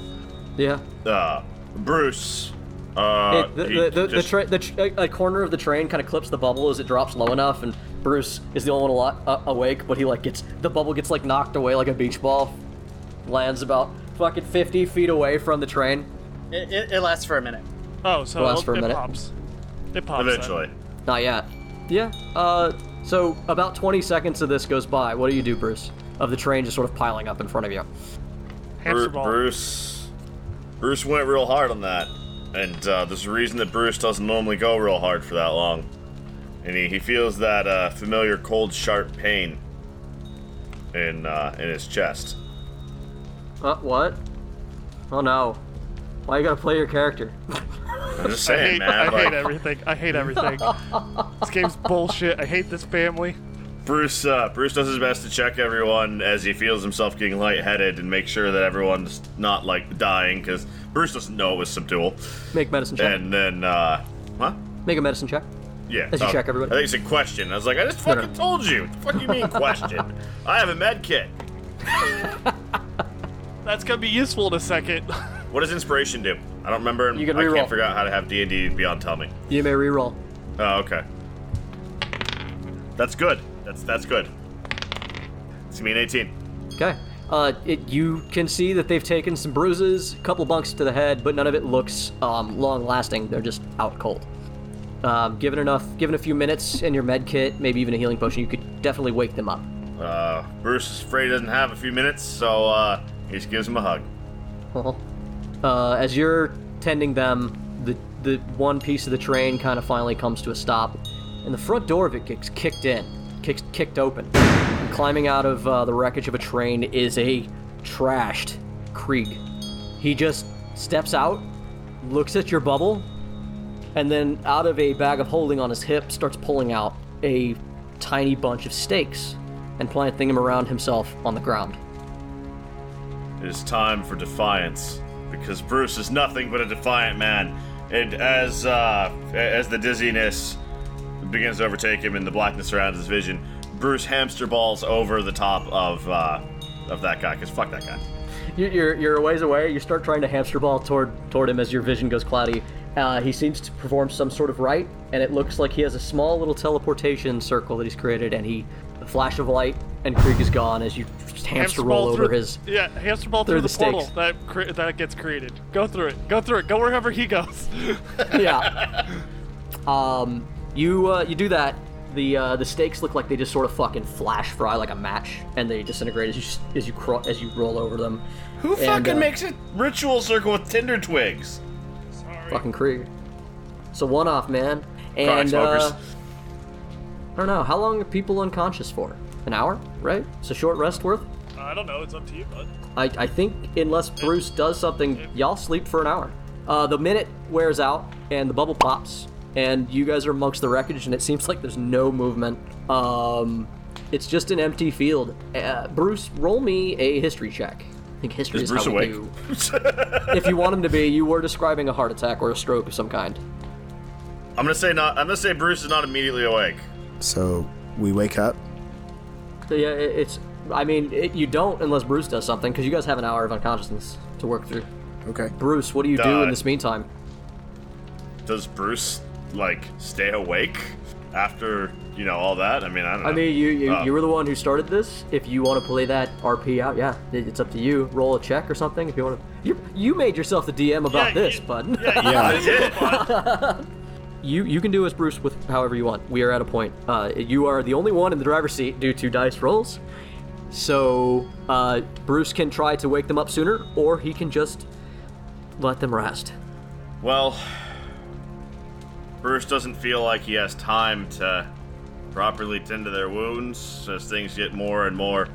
Speaker 2: Yeah.
Speaker 6: Uh, Bruce. Uh,
Speaker 2: It- the,
Speaker 6: he
Speaker 2: the, the, the,
Speaker 6: just-
Speaker 2: tra- the tr- a- a corner of the train kind of clips the bubble as it drops low enough, and Bruce is the only one alo- uh, awake. But he like gets the bubble gets like knocked away like a beach ball, lands about fucking 50 feet away from the train.
Speaker 5: It, it, it lasts for a minute.
Speaker 3: Oh, so
Speaker 2: Lasts for a
Speaker 3: it
Speaker 2: minute.
Speaker 3: pops. It pops. then.
Speaker 6: eventually.
Speaker 2: Not yet. Yeah. Uh. So about 20 seconds of this goes by. What do you do, Bruce? Of the train just sort of piling up in front of you.
Speaker 3: uh, Hamster
Speaker 6: Bru-
Speaker 3: ball.
Speaker 6: Bruce. Bruce went real hard on that, and uh, there's a reason that Bruce doesn't normally go real hard for that long, and he, he feels that uh, familiar cold, sharp pain in uh, in his chest.
Speaker 2: Uh. What? Oh no. Why you gotta play your character?
Speaker 6: I'm just
Speaker 3: I
Speaker 6: saying,
Speaker 3: hate,
Speaker 6: man.
Speaker 3: I
Speaker 6: like,
Speaker 3: hate everything. I hate everything. this game's bullshit. I hate this family.
Speaker 6: Bruce uh, Bruce does his best to check everyone as he feels himself getting lightheaded and make sure that everyone's not like dying because Bruce doesn't know it was subdual.
Speaker 2: Make medicine check.
Speaker 6: And then, uh, huh?
Speaker 2: Make a medicine check.
Speaker 6: Yeah. Oh,
Speaker 2: As you check everybody.
Speaker 6: I think it's a question. I was like, I just
Speaker 2: No, no.
Speaker 6: fucking told you. What the fuck do you mean question? I have a med kit.
Speaker 3: That's gonna be useful in a second.
Speaker 6: What does inspiration do? I don't remember. And
Speaker 2: You can
Speaker 6: I
Speaker 2: reroll.
Speaker 6: can't figure out how to have D and D beyond tell me.
Speaker 2: You may re-roll.
Speaker 6: Oh, okay. That's good. That's that's good. It's me an 18.
Speaker 2: Okay. Uh, it, you can see that they've taken some bruises, a couple bunks to the head, but none of it looks um, long-lasting. They're just out cold. Um, given enough, given a few minutes and your med kit, maybe even a healing potion, you could definitely wake them up.
Speaker 6: Uh, Bruce is afraid he doesn't have a few minutes, so uh, he just gives him a hug.
Speaker 2: Uh, as you're tending them, the the one piece of the train kind of finally comes to a stop, and the front door of it gets kicked in, kicks, kicked open. And climbing out of uh, the wreckage of a train is a trashed Krieg. He just steps out, looks at your bubble, and then out of a bag of holding on his hip starts pulling out a tiny bunch of stakes and planting them around himself on the ground.
Speaker 6: It is time for defiance, because Bruce is nothing but a defiant man. And as uh, as the dizziness begins to overtake him and the blackness surrounds his vision, Bruce hamster balls over the top of uh, of that guy. Cause fuck that guy.
Speaker 2: You- You're, you're a ways away. You start trying to hamster ball toward toward him as your vision goes cloudy. Uh, he seems to perform some sort of rite, and it looks like he has a small little teleportation circle that he's created. And he, a flash of light, and Krieg is gone as you just hamster roll
Speaker 3: ball through,
Speaker 2: over his.
Speaker 3: yeah hamster ball
Speaker 2: through
Speaker 3: through,
Speaker 2: the
Speaker 3: the, portal
Speaker 2: stakes.
Speaker 3: that cre- that gets created. Go through it. Go through it. Go wherever he goes.
Speaker 2: Yeah. um, you uh, you do that. The uh, the stakes look like they just sort of fucking flash fry like a match, and they disintegrate as you s- as you cro- as you roll over them.
Speaker 6: Who
Speaker 2: And,
Speaker 6: fucking
Speaker 2: uh,
Speaker 6: makes a ritual circle with tinder twigs?
Speaker 2: Fucking Krieg. So one off, man.
Speaker 6: Chronic
Speaker 2: And
Speaker 6: smokers.
Speaker 2: uh, I don't know how long are people unconscious for? An hour, right? It's a short rest worth.
Speaker 3: I don't know. It's up to you, bud.
Speaker 2: I, I think unless Bruce does something, y'all sleep for an hour. Uh, the minute wears out and the bubble pops, and you guys are amongst the wreckage, and it seems like there's no movement. Um, it's just an empty field. Uh, Bruce, roll me a history check. I think history is
Speaker 6: Is Bruce
Speaker 2: how we
Speaker 6: awake?
Speaker 2: do. if you want him to be, you were describing a heart attack or a stroke of some kind.
Speaker 6: I'm gonna say not. I'm gonna say Bruce is not immediately awake.
Speaker 7: So we wake up.
Speaker 2: So yeah, it, it's. I mean, it, you don't unless Bruce does something because you guys have an hour of unconsciousness to work through.
Speaker 7: Okay.
Speaker 2: Bruce, what do you do
Speaker 6: Die.
Speaker 2: in this meantime?
Speaker 6: Does Bruce like stay awake after you know all that? I mean, I don't know.
Speaker 2: I mean, you you,
Speaker 6: Uh,
Speaker 2: you were the one who started this. If you want to play that RP out, yeah, it- it's up to you. Roll a check or something if you want to. You you made yourself the DM about
Speaker 3: Yeah,
Speaker 2: this,
Speaker 3: you-
Speaker 2: bud.
Speaker 6: I did.
Speaker 2: you you can do as Bruce with however you want. We are at a point. Uh, you are the only one in the driver's seat due to dice rolls. So uh, Bruce can try to wake them up sooner, or he can just let them rest.
Speaker 6: Well, Bruce doesn't feel like he has time to properly tend to their wounds as things get more and more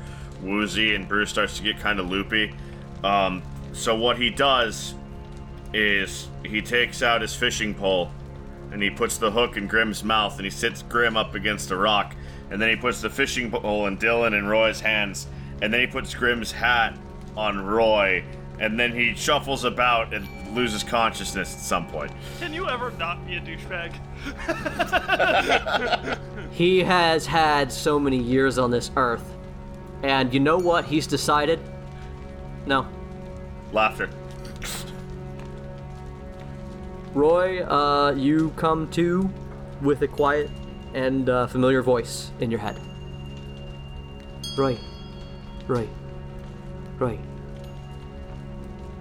Speaker 6: woozy and Bruce starts to get kind of loopy. Um, so, what he does is he takes out his fishing pole and he puts the hook in Grim's mouth and he sits Grim up against a rock and then he puts the fishing pole in Dylan and Roy's hands and then he puts Grim's hat on Roy and then he shuffles about and loses consciousness at some point.
Speaker 3: Can you ever not be a douchebag?
Speaker 2: He has had so many years on this earth. And you know what he's decided? No.
Speaker 6: Laughter.
Speaker 2: Roy, uh, you come to with a quiet and uh, familiar voice in your head. Roy. Roy. Roy.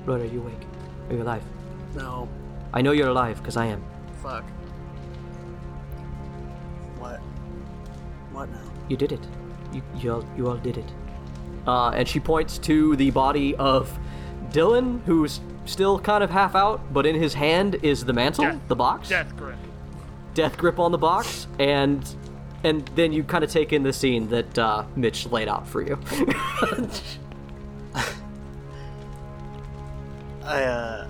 Speaker 2: Roy, are you awake? Are you alive?
Speaker 5: No.
Speaker 2: I know you're alive, because I am.
Speaker 5: Fuck. What? What now?
Speaker 2: You did it. You, you all, you all did it. Uh, and she points to the body of Dylan, who's still kind of half out, but in his hand is the mantle,
Speaker 3: Death-
Speaker 2: the box,
Speaker 3: Death grip.
Speaker 2: death grip on the box, and and then you kind of take in the scene that uh, Mitch laid out for you.
Speaker 5: I uh,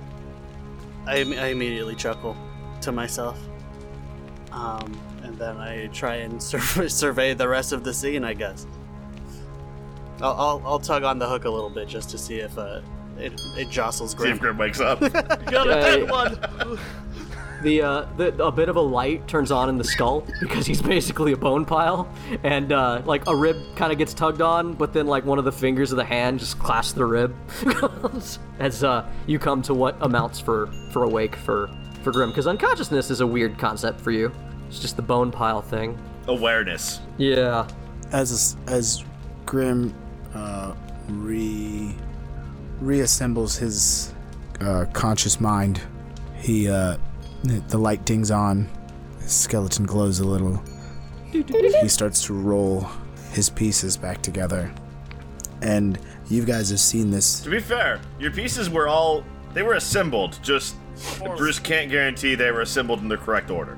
Speaker 5: I, I immediately chuckle to myself, um, and then I try and sur- survey the rest of the scene. I guess I'll, I'll, I'll tug on the hook a little bit just to see if uh, it, it jostles
Speaker 6: See if
Speaker 5: Grim.
Speaker 6: Grim wakes up.
Speaker 3: You got a
Speaker 2: Yeah,
Speaker 3: dead
Speaker 2: yeah.
Speaker 3: one.
Speaker 2: the, uh, the a bit of a light turns on in the skull because he's basically a bone pile, and uh, like a rib kind of gets tugged on, but then like one of the fingers of the hand just clasps the rib as uh, you come to what amounts for for awake for for grim because unconsciousness is a weird concept for you. It's just the bone pile thing.
Speaker 6: Awareness.
Speaker 2: Yeah.
Speaker 7: As as Grim uh, re reassembles his uh, conscious mind, he uh, the light dings on. His skeleton glows a little. He starts to roll his pieces back together. And you guys have seen this.
Speaker 6: To be fair, your pieces were all they were assembled. Just Bruce can't guarantee they were assembled in the correct order.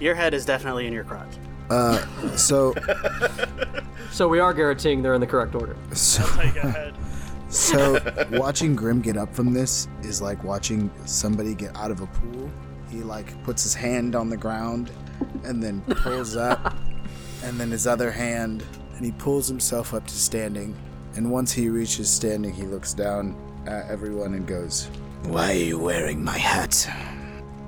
Speaker 5: Your head is definitely in your crotch.
Speaker 7: So,
Speaker 2: So we are guaranteeing they're in the correct order.
Speaker 7: so,
Speaker 3: Take a head.
Speaker 7: so watching Grim get up from this is like watching somebody get out of a pool. He like puts his hand on the ground and then pulls up, and then his other hand, and he pulls himself up to standing. And once he reaches standing, he looks down at everyone and goes, "Why are you wearing my hat?"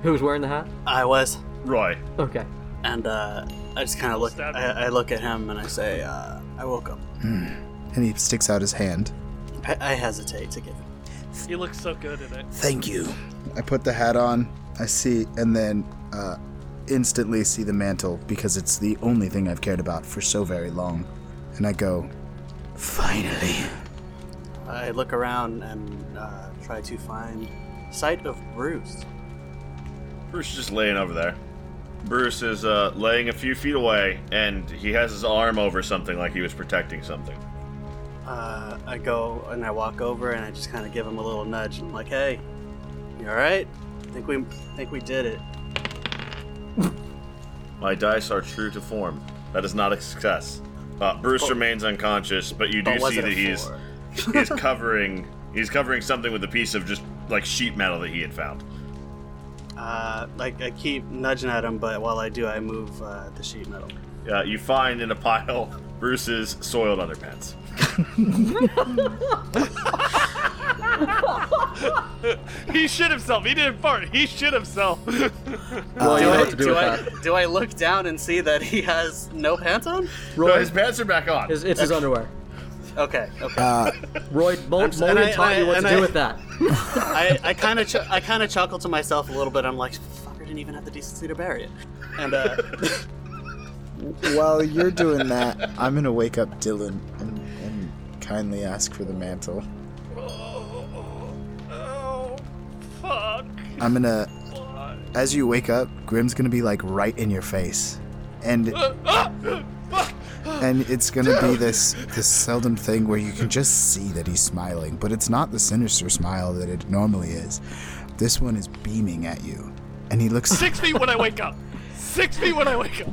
Speaker 2: Who's wearing the hat?
Speaker 5: I was,
Speaker 6: Roy,
Speaker 2: Okay.
Speaker 5: and uh, I just kind of look. I, I look at him and I say, uh, "I woke up."
Speaker 7: And he sticks out his hand.
Speaker 5: I, I hesitate to give it.
Speaker 3: He looks so good in it.
Speaker 7: Thank you. I put the hat on. I see, and then uh, instantly see the mantle because it's the only thing I've cared about for so very long. And I go, finally.
Speaker 5: I look around and uh, try to find sight of Bruce.
Speaker 6: Bruce is just laying over there. Bruce is uh, laying a few feet away, and he has his arm over something like he was protecting something.
Speaker 5: Uh, I go and I walk over and I just kind of give him a little nudge. I'm like, "Hey, you all right? Think we think we did it."
Speaker 6: My dice are true to form. That is not a success. Uh, Bruce remains unconscious, but you do
Speaker 5: Oh. But was
Speaker 6: see
Speaker 5: it
Speaker 6: that
Speaker 5: a
Speaker 6: he's
Speaker 5: four?
Speaker 6: he's covering he's covering something with a piece of just like sheet metal that he had found.
Speaker 5: Uh, like I keep nudging at him, but while I do, I move uh, the sheet metal.
Speaker 6: Uh, you find in a pile Bruce's soiled underpants.
Speaker 3: He shit himself. He didn't fart. He shit himself. Oh,
Speaker 2: Well, Uh, you
Speaker 5: do
Speaker 2: know
Speaker 5: I,
Speaker 2: what to do
Speaker 5: do,
Speaker 2: with
Speaker 5: I,
Speaker 2: that.
Speaker 5: do I look down and see that he has no pants on?
Speaker 6: No,
Speaker 2: Roy,
Speaker 6: his pants are back on.
Speaker 2: it's, it's his underwear.
Speaker 5: Okay, okay.
Speaker 2: Uh, Roy, Mo-
Speaker 5: I'm s- and
Speaker 2: Mulligan
Speaker 5: I-
Speaker 2: taught
Speaker 5: and
Speaker 2: you
Speaker 5: I-
Speaker 2: what to
Speaker 5: and
Speaker 2: do
Speaker 5: I-
Speaker 2: with that.
Speaker 5: I, I kind of ch- I kind of chuckle to myself a little bit. I'm like, fucker didn't even have the decency to bury it. And uh,
Speaker 7: While you're doing that, I'm gonna wake up Dylan and, and kindly ask for the mantle.
Speaker 3: oh, fuck.
Speaker 7: I'm gonna, as you wake up, Grim's gonna be like right in your face, and and it's gonna be this this seldom thing where you can just see that he's smiling, but it's not the sinister smile that it normally is. This one is beaming at you, and he looks.
Speaker 3: Six feet when I wake up. Six feet when I wake up.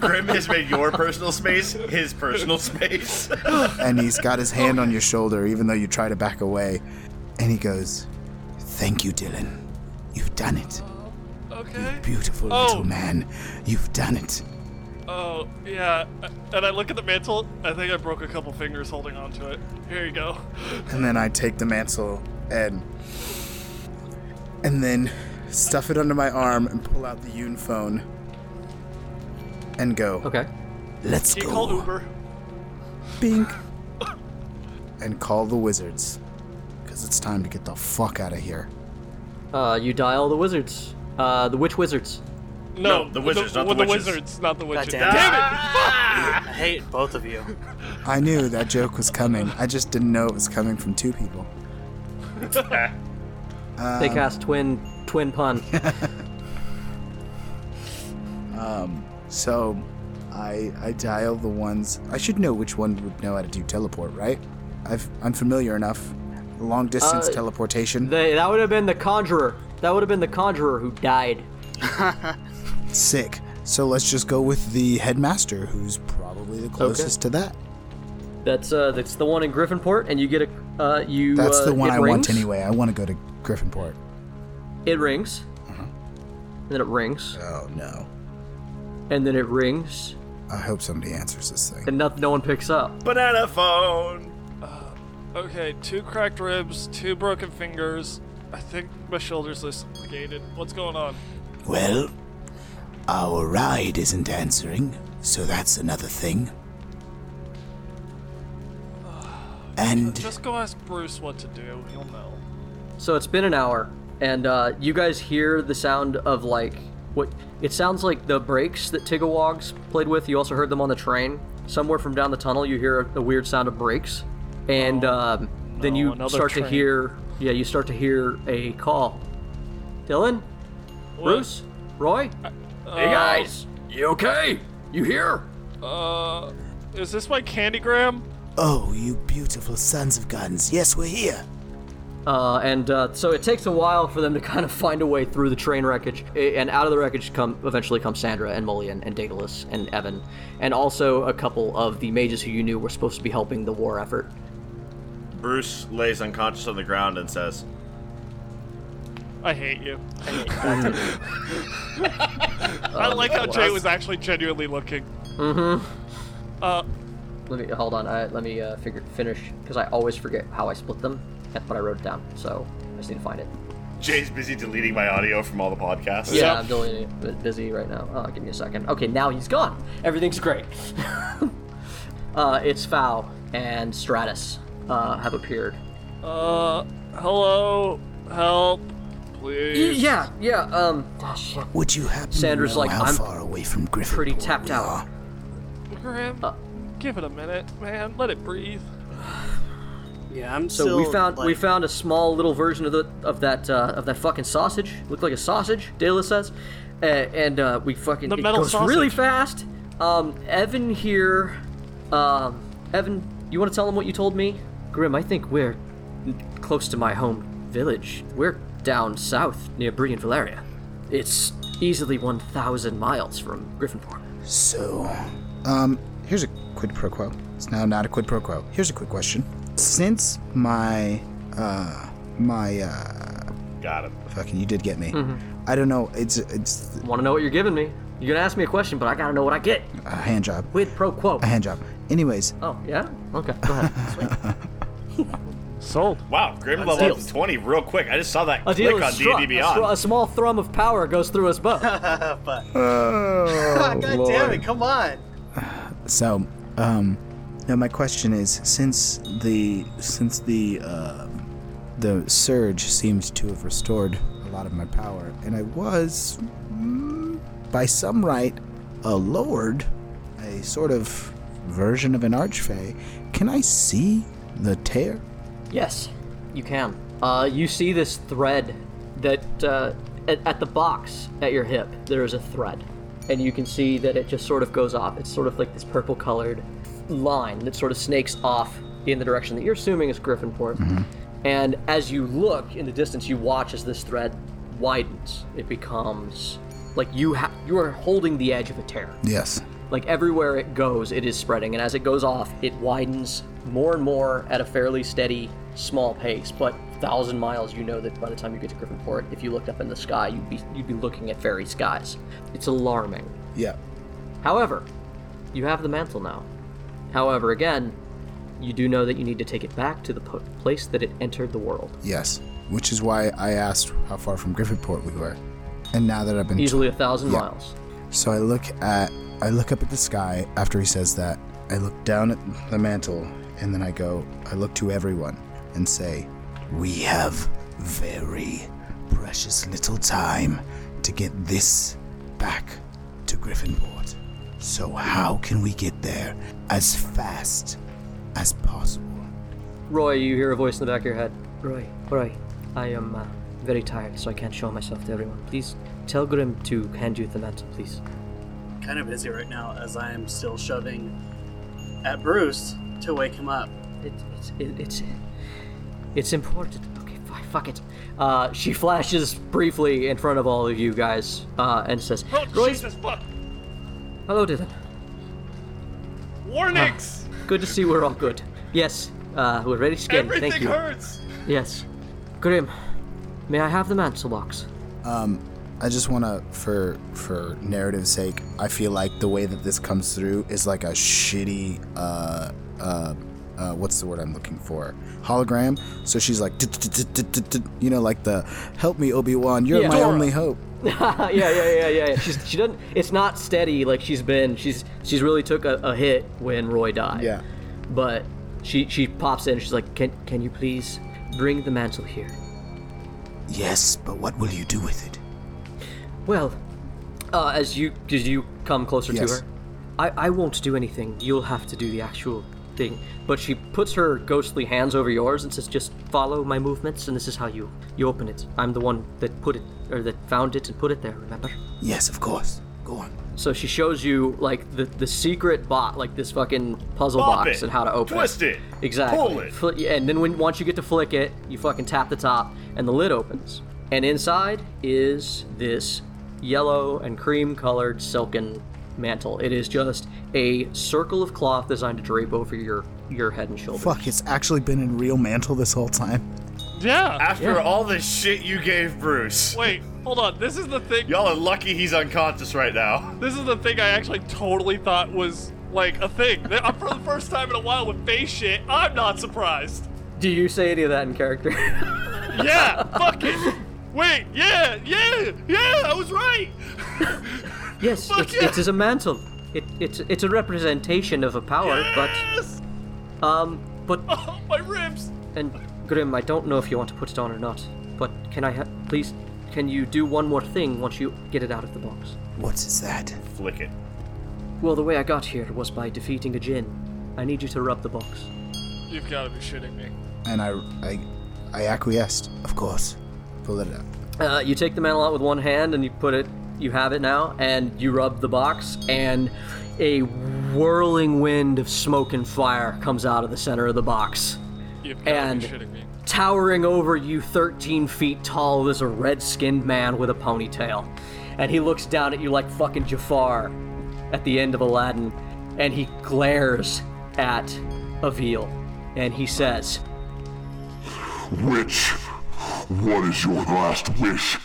Speaker 6: Grim has made your personal space his personal space.
Speaker 7: and he's got his hand on your shoulder, even though you try to back away. And he goes, Thank you, Dylan. You've done it.
Speaker 3: Okay.
Speaker 7: Beautiful
Speaker 3: Oh.
Speaker 7: little man. You've done it.
Speaker 3: Oh, yeah. And I look at the mantle. I think I broke a couple fingers holding onto it. Here you go.
Speaker 7: And then I take the mantle and. And then stuff it under my arm and pull out the Yoon phone and go,
Speaker 2: Okay.
Speaker 7: Let's
Speaker 3: Can you call
Speaker 7: go.
Speaker 3: Uber?
Speaker 7: Bink. and call the wizards. Because it's time to get the fuck out of here.
Speaker 2: Uh, you dial the wizards. Uh, the witch wizards.
Speaker 6: No, the wizards, not
Speaker 3: well,
Speaker 6: the
Speaker 3: the
Speaker 6: witches.
Speaker 3: wizards, not the witches.
Speaker 5: Goddamn.
Speaker 3: Damn it!
Speaker 5: I hate both of you.
Speaker 7: I knew that joke was coming. I just didn't know it was coming from two people.
Speaker 2: they
Speaker 7: Um.
Speaker 2: cast twin twin pun.
Speaker 7: So I I dial the ones I should know which one would know how to do teleport, right? I've I'm familiar enough. Long distance
Speaker 2: Uh,
Speaker 7: teleportation.
Speaker 2: they, that would have been the conjurer. That would have been the conjurer who died.
Speaker 7: Sick. So let's just go with the headmaster, who's probably the closest to that.
Speaker 2: That's uh, that's the one in Griffinport, and you get a uh, you.
Speaker 7: That's
Speaker 2: uh,
Speaker 7: the one
Speaker 2: it
Speaker 7: I
Speaker 2: rings.
Speaker 7: want anyway. I want to go to Griffinport.
Speaker 2: It rings,
Speaker 7: Uh-huh.
Speaker 2: and then it rings,
Speaker 7: Oh no.
Speaker 2: and then it rings,
Speaker 7: I hope somebody answers this thing.
Speaker 2: and no, no one picks up.
Speaker 6: Banana phone.
Speaker 3: Okay, two cracked ribs, two broken fingers. I think my shoulder's dislocated. What's going on?
Speaker 7: Well, our ride isn't answering, so that's another thing. And
Speaker 3: Just go ask Bruce what to do. He'll know.
Speaker 2: So it's been an hour, and uh, you guys hear the sound of like what it sounds like the brakes that Tigawogs played with. You also heard them on the train. Somewhere from down the tunnel, you hear a, a weird sound of brakes, and um, then
Speaker 3: Oh, no,
Speaker 2: you
Speaker 3: another
Speaker 2: start to
Speaker 3: train.
Speaker 2: hear yeah, you start to hear a call. Dylan, Bruce,
Speaker 3: Uh,
Speaker 2: Roy, hey guys, you okay? You here?
Speaker 3: Uh, Is this my candygram?
Speaker 7: Oh, you beautiful sons of guns. Yes, we're here.
Speaker 2: Uh, and uh, so it takes a while for them to kind of find a way through the train wreckage, I- and out of the wreckage come eventually come Sandra and Mullion and Daedalus and Evan, and also a couple of the mages who you knew were supposed to be helping the war effort.
Speaker 6: Bruce lays unconscious on the ground and says,
Speaker 3: I hate you. I, like how Jay was actually genuinely looking. Mm-hmm. Uh,
Speaker 2: Let me hold on. I, let me uh, figure finish because I always forget how I split them, but I wrote it down, so I just need to find it.
Speaker 6: Jay's busy deleting my audio from all the podcasts.
Speaker 2: Yeah, I'm doing a bit busy right now. Oh, give me a second. Okay, now he's gone. Everything's great. uh, it's Fow and Stratus uh, have appeared.
Speaker 3: uh, hello, help, please.
Speaker 2: Yeah, yeah. Um,
Speaker 7: Would you happen
Speaker 2: Sandra's
Speaker 7: to know
Speaker 2: like,
Speaker 7: how
Speaker 2: I'm
Speaker 7: far away from Griffin?
Speaker 2: pretty tapped out.
Speaker 3: Graham,
Speaker 2: Uh.
Speaker 3: give it a minute, man. Let it breathe.
Speaker 5: Yeah, I'm
Speaker 2: So
Speaker 5: still.
Speaker 2: we found we
Speaker 5: like-
Speaker 2: found a small little version of the of that uh, of that fucking sausage. Looked like a sausage. Dela says, uh, and uh, we fucking
Speaker 3: The
Speaker 2: it
Speaker 3: metal
Speaker 2: goes really
Speaker 3: sausage.
Speaker 2: fast. Um, Evan here, um, Evan, you want to tell him what you told me? Grim, I think we're close to my home village. We're down south near Brian Valeria. It's easily 1,000 miles from Gryffindor.
Speaker 7: So, um, here's a quid pro quo. It's now not a quid pro quo. Here's a quick question. Since my, uh, my, uh,
Speaker 6: Got him.
Speaker 7: fucking, you did get me. I don't know. It's it's
Speaker 2: Want to know what you're giving me? You're gonna ask me a question, but I gotta know what I get.
Speaker 7: a hand job.
Speaker 2: Quid pro quo.
Speaker 7: A hand job. Anyways,
Speaker 2: Oh yeah. Okay. Go ahead.
Speaker 3: Sold.
Speaker 6: Wow, Grim leveled up to 20 real quick. I just saw that
Speaker 2: A deal
Speaker 6: click on
Speaker 2: is struck.
Speaker 6: D&D
Speaker 2: A, str- a
Speaker 6: Beyond.
Speaker 2: small thrum of power goes through us both.
Speaker 5: God damn it! Come on.
Speaker 7: So, um, now my question is, since the since the uh, the surge seems to have restored a lot of my power, and I was, mm, by some right, a lord, a sort of version of an archfey. Can I see the tear?
Speaker 2: yes, you can. Uh, you see this thread that uh, at, at the box at your hip. There is a thread, and you can see that it just sort of goes off. It's sort of like this purple-colored line that sort of snakes off in the direction that you're assuming is Griffinport. And as you look in the distance, you watch as this thread widens. It becomes like you ha- you are holding the edge of a tear.
Speaker 7: Yes.
Speaker 2: Like everywhere it goes, it is spreading, and as it goes off, it widens more and more at a fairly steady, small pace. But thousand miles, you know that by the time you get to Griffinport, if you looked up in the sky, you'd be you'd be looking at fairy skies. It's alarming.
Speaker 7: Yeah.
Speaker 2: However, you have the mantle now. However, again, you do know that you need to take it back to the po- place that it entered the world.
Speaker 7: Yes. Which is why I asked how far from Griffithport we were. And now that I've been
Speaker 2: Easily a thousand miles.
Speaker 7: So I look at I look up at the sky after he says that. I look down at the mantle and then I go I look to everyone and say, "We have very precious little time to get this back to Griffinport. So how can we get there as fast as possible?"
Speaker 2: Roy, you hear a voice in the back of your head. Roy, Roy, I am uh, very tired, so I can't show myself to everyone. Please tell Grim to hand you the mantle, please.
Speaker 5: Kind of busy right now as I am still shouting at Bruce to wake him up.
Speaker 2: It, it's it, it's it's important. Okay, fi- fuck it. Uh, she flashes briefly in front of all of you guys uh, and says,
Speaker 3: Oh,
Speaker 2: "Roy,
Speaker 3: Jesus fuck!
Speaker 2: hello, Dylan.
Speaker 3: Warnings!
Speaker 2: Good to see we're all good. Yes, uh, we're ready to get.
Speaker 3: Everything
Speaker 2: Thank you.
Speaker 3: hurts!
Speaker 2: Yes, Grim, may I have the mantle box?"
Speaker 7: I just want to, for for narrative's sake, I feel like the way that this comes through is like a shitty, uh, uh, uh what's the word I'm looking for? Hologram. So she's like, "Tut, tut, tut, tut, tut, tut," you know, like the, help me, Obi Wan, you're
Speaker 2: Yeah.
Speaker 7: my
Speaker 2: Dora.
Speaker 7: only hope.
Speaker 2: yeah, yeah, yeah, yeah, yeah. She's she doesn't. It's not steady like she's been. She's she's really took a, a hit when Roy died.
Speaker 7: Yeah.
Speaker 2: But she she pops in. She's like, can can you please bring the mantle here?
Speaker 7: Yes, but what will you do with it?
Speaker 2: Well, uh, as you as you come closer
Speaker 7: Yes.
Speaker 2: to her, I I won't do anything. You'll have to do the actual thing. But she puts her ghostly hands over yours and says, just follow my movements, and this is how you you open it. I'm the one that put it or that found it and put it there. Remember?
Speaker 7: Yes, of course. Go on.
Speaker 2: So she shows you like the the secret bot, like this fucking puzzle
Speaker 6: Pop
Speaker 2: box
Speaker 6: it.
Speaker 2: and how to open
Speaker 6: Twist it.
Speaker 2: Exactly.
Speaker 6: Pull it.
Speaker 2: Fli- yeah, and then when once you get to flick it, you fucking tap the top and the lid opens. And inside is this yellow and cream colored silken mantle. It is just a circle of cloth designed to drape over your your head and shoulders.
Speaker 7: Fuck, it's actually been in real mantle this whole time.
Speaker 3: Yeah.
Speaker 6: After all the shit you gave Bruce,
Speaker 3: Wait, hold on. This is the thing.
Speaker 6: y'all are lucky he's unconscious right now.
Speaker 3: This is the thing I actually totally thought was like a thing. That- I'm for the first time in a while with face shit. I'm not surprised.
Speaker 2: Do you say any of that in character?
Speaker 3: Yeah. fuck it. Wait. Yeah. Yeah. Yeah. I was right.
Speaker 2: yes,
Speaker 3: Fuck
Speaker 2: it,
Speaker 3: yeah.
Speaker 2: it is a mantle. It, it's it's a representation of a power,
Speaker 3: Yes.
Speaker 2: but um, but
Speaker 3: Oh, my ribs.
Speaker 2: And Grim, I don't know if you want to put it on or not, but can I ha- please? Can you do one more thing once you get it out of the box?
Speaker 7: What is that?
Speaker 6: Flick it.
Speaker 2: Well, the way I got here was by defeating a djinn. I need you to rub the box.
Speaker 3: You've got to be shitting me.
Speaker 7: And I, I, I acquiesced. Of course. Pull it out.
Speaker 2: Uh, you take the mantle out with one hand and you put it. You have it now, and you rub the box, and a whirling wind of smoke and fire comes out of the center of the box.
Speaker 3: You've got to
Speaker 2: And-
Speaker 3: be shitting me.
Speaker 2: Towering over you, 13 feet tall, is a red skinned man with a ponytail. And he looks down at you like fucking Jafar at the end of Aladdin. And he glares at Avil. And he says,
Speaker 8: Witch, what is your last wish?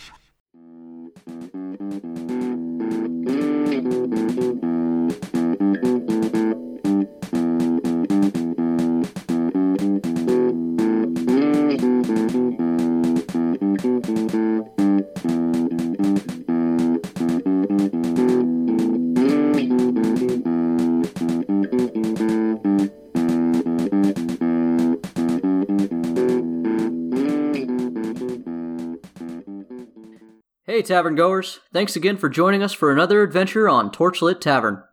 Speaker 2: Hey, tavern goers! Thanks again for joining us for another adventure on Torchlit Tavern.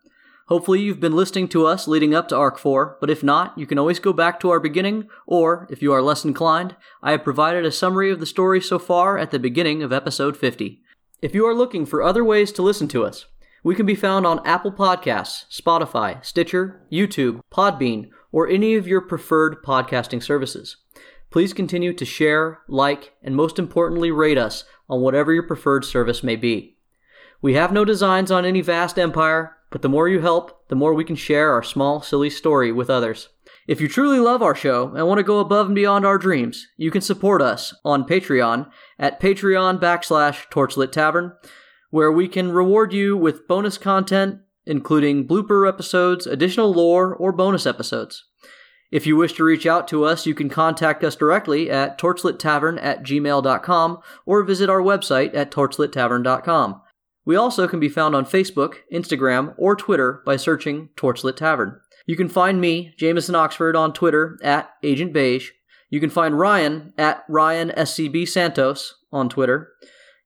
Speaker 2: Hopefully, you've been listening to us leading up to Arc 4, but if not, you can always go back to our beginning, or, if you are less inclined, I have provided a summary of the story so far at the beginning of episode 50. If you are looking for other ways to listen to us, we can be found on Apple Podcasts, Spotify, Stitcher, YouTube, Podbean, or any of your preferred podcasting services. Please continue to share, like, and most importantly, rate us on whatever your preferred service may be. We have no designs on any vast empire, but the more you help, the more we can share our small, silly story with others. If you truly love our show and want to go above and beyond our dreams, you can support us on Patreon at patreon backslash torchlit tavern, where we can reward you with bonus content, including blooper episodes, additional lore, or bonus episodes. If you wish to reach out to us, you can contact us directly at torchlittavern at gmail.com or visit our website at torchlittavern.com. We also can be found on Facebook, Instagram, or Twitter by searching Torchlit Tavern. You can find me, Jameson Oxford, on Twitter at Agent Beige. You can find Ryan at Ryan SCB Santos on Twitter.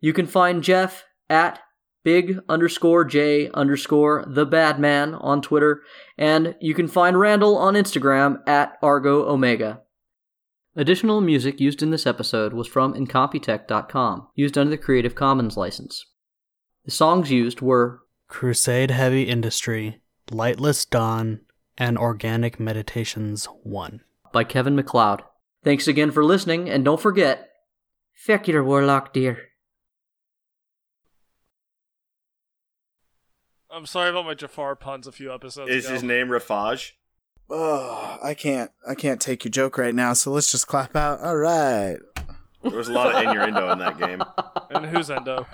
Speaker 2: You can find Jeff at big underscore J underscore the bad man on Twitter, and you can find Randall on Instagram at Argo Omega. Additional music used in this episode was from Incompetech.com, used under the Creative Commons license. The songs used were
Speaker 5: Crusade Heavy Industry, Lightless Dawn, and Organic Meditations 1.
Speaker 2: by Kevin McLeod. Thanks again for listening, and don't forget, feck your warlock dear.
Speaker 3: I'm sorry about my Jafar puns a few episodes
Speaker 6: Is
Speaker 3: ago.
Speaker 6: his name Rafaj?
Speaker 7: Oh, I can't, I can't take your joke right now. So let's just clap out. All right.
Speaker 6: There was a lot of innuendo in that game.
Speaker 3: and who's Endo?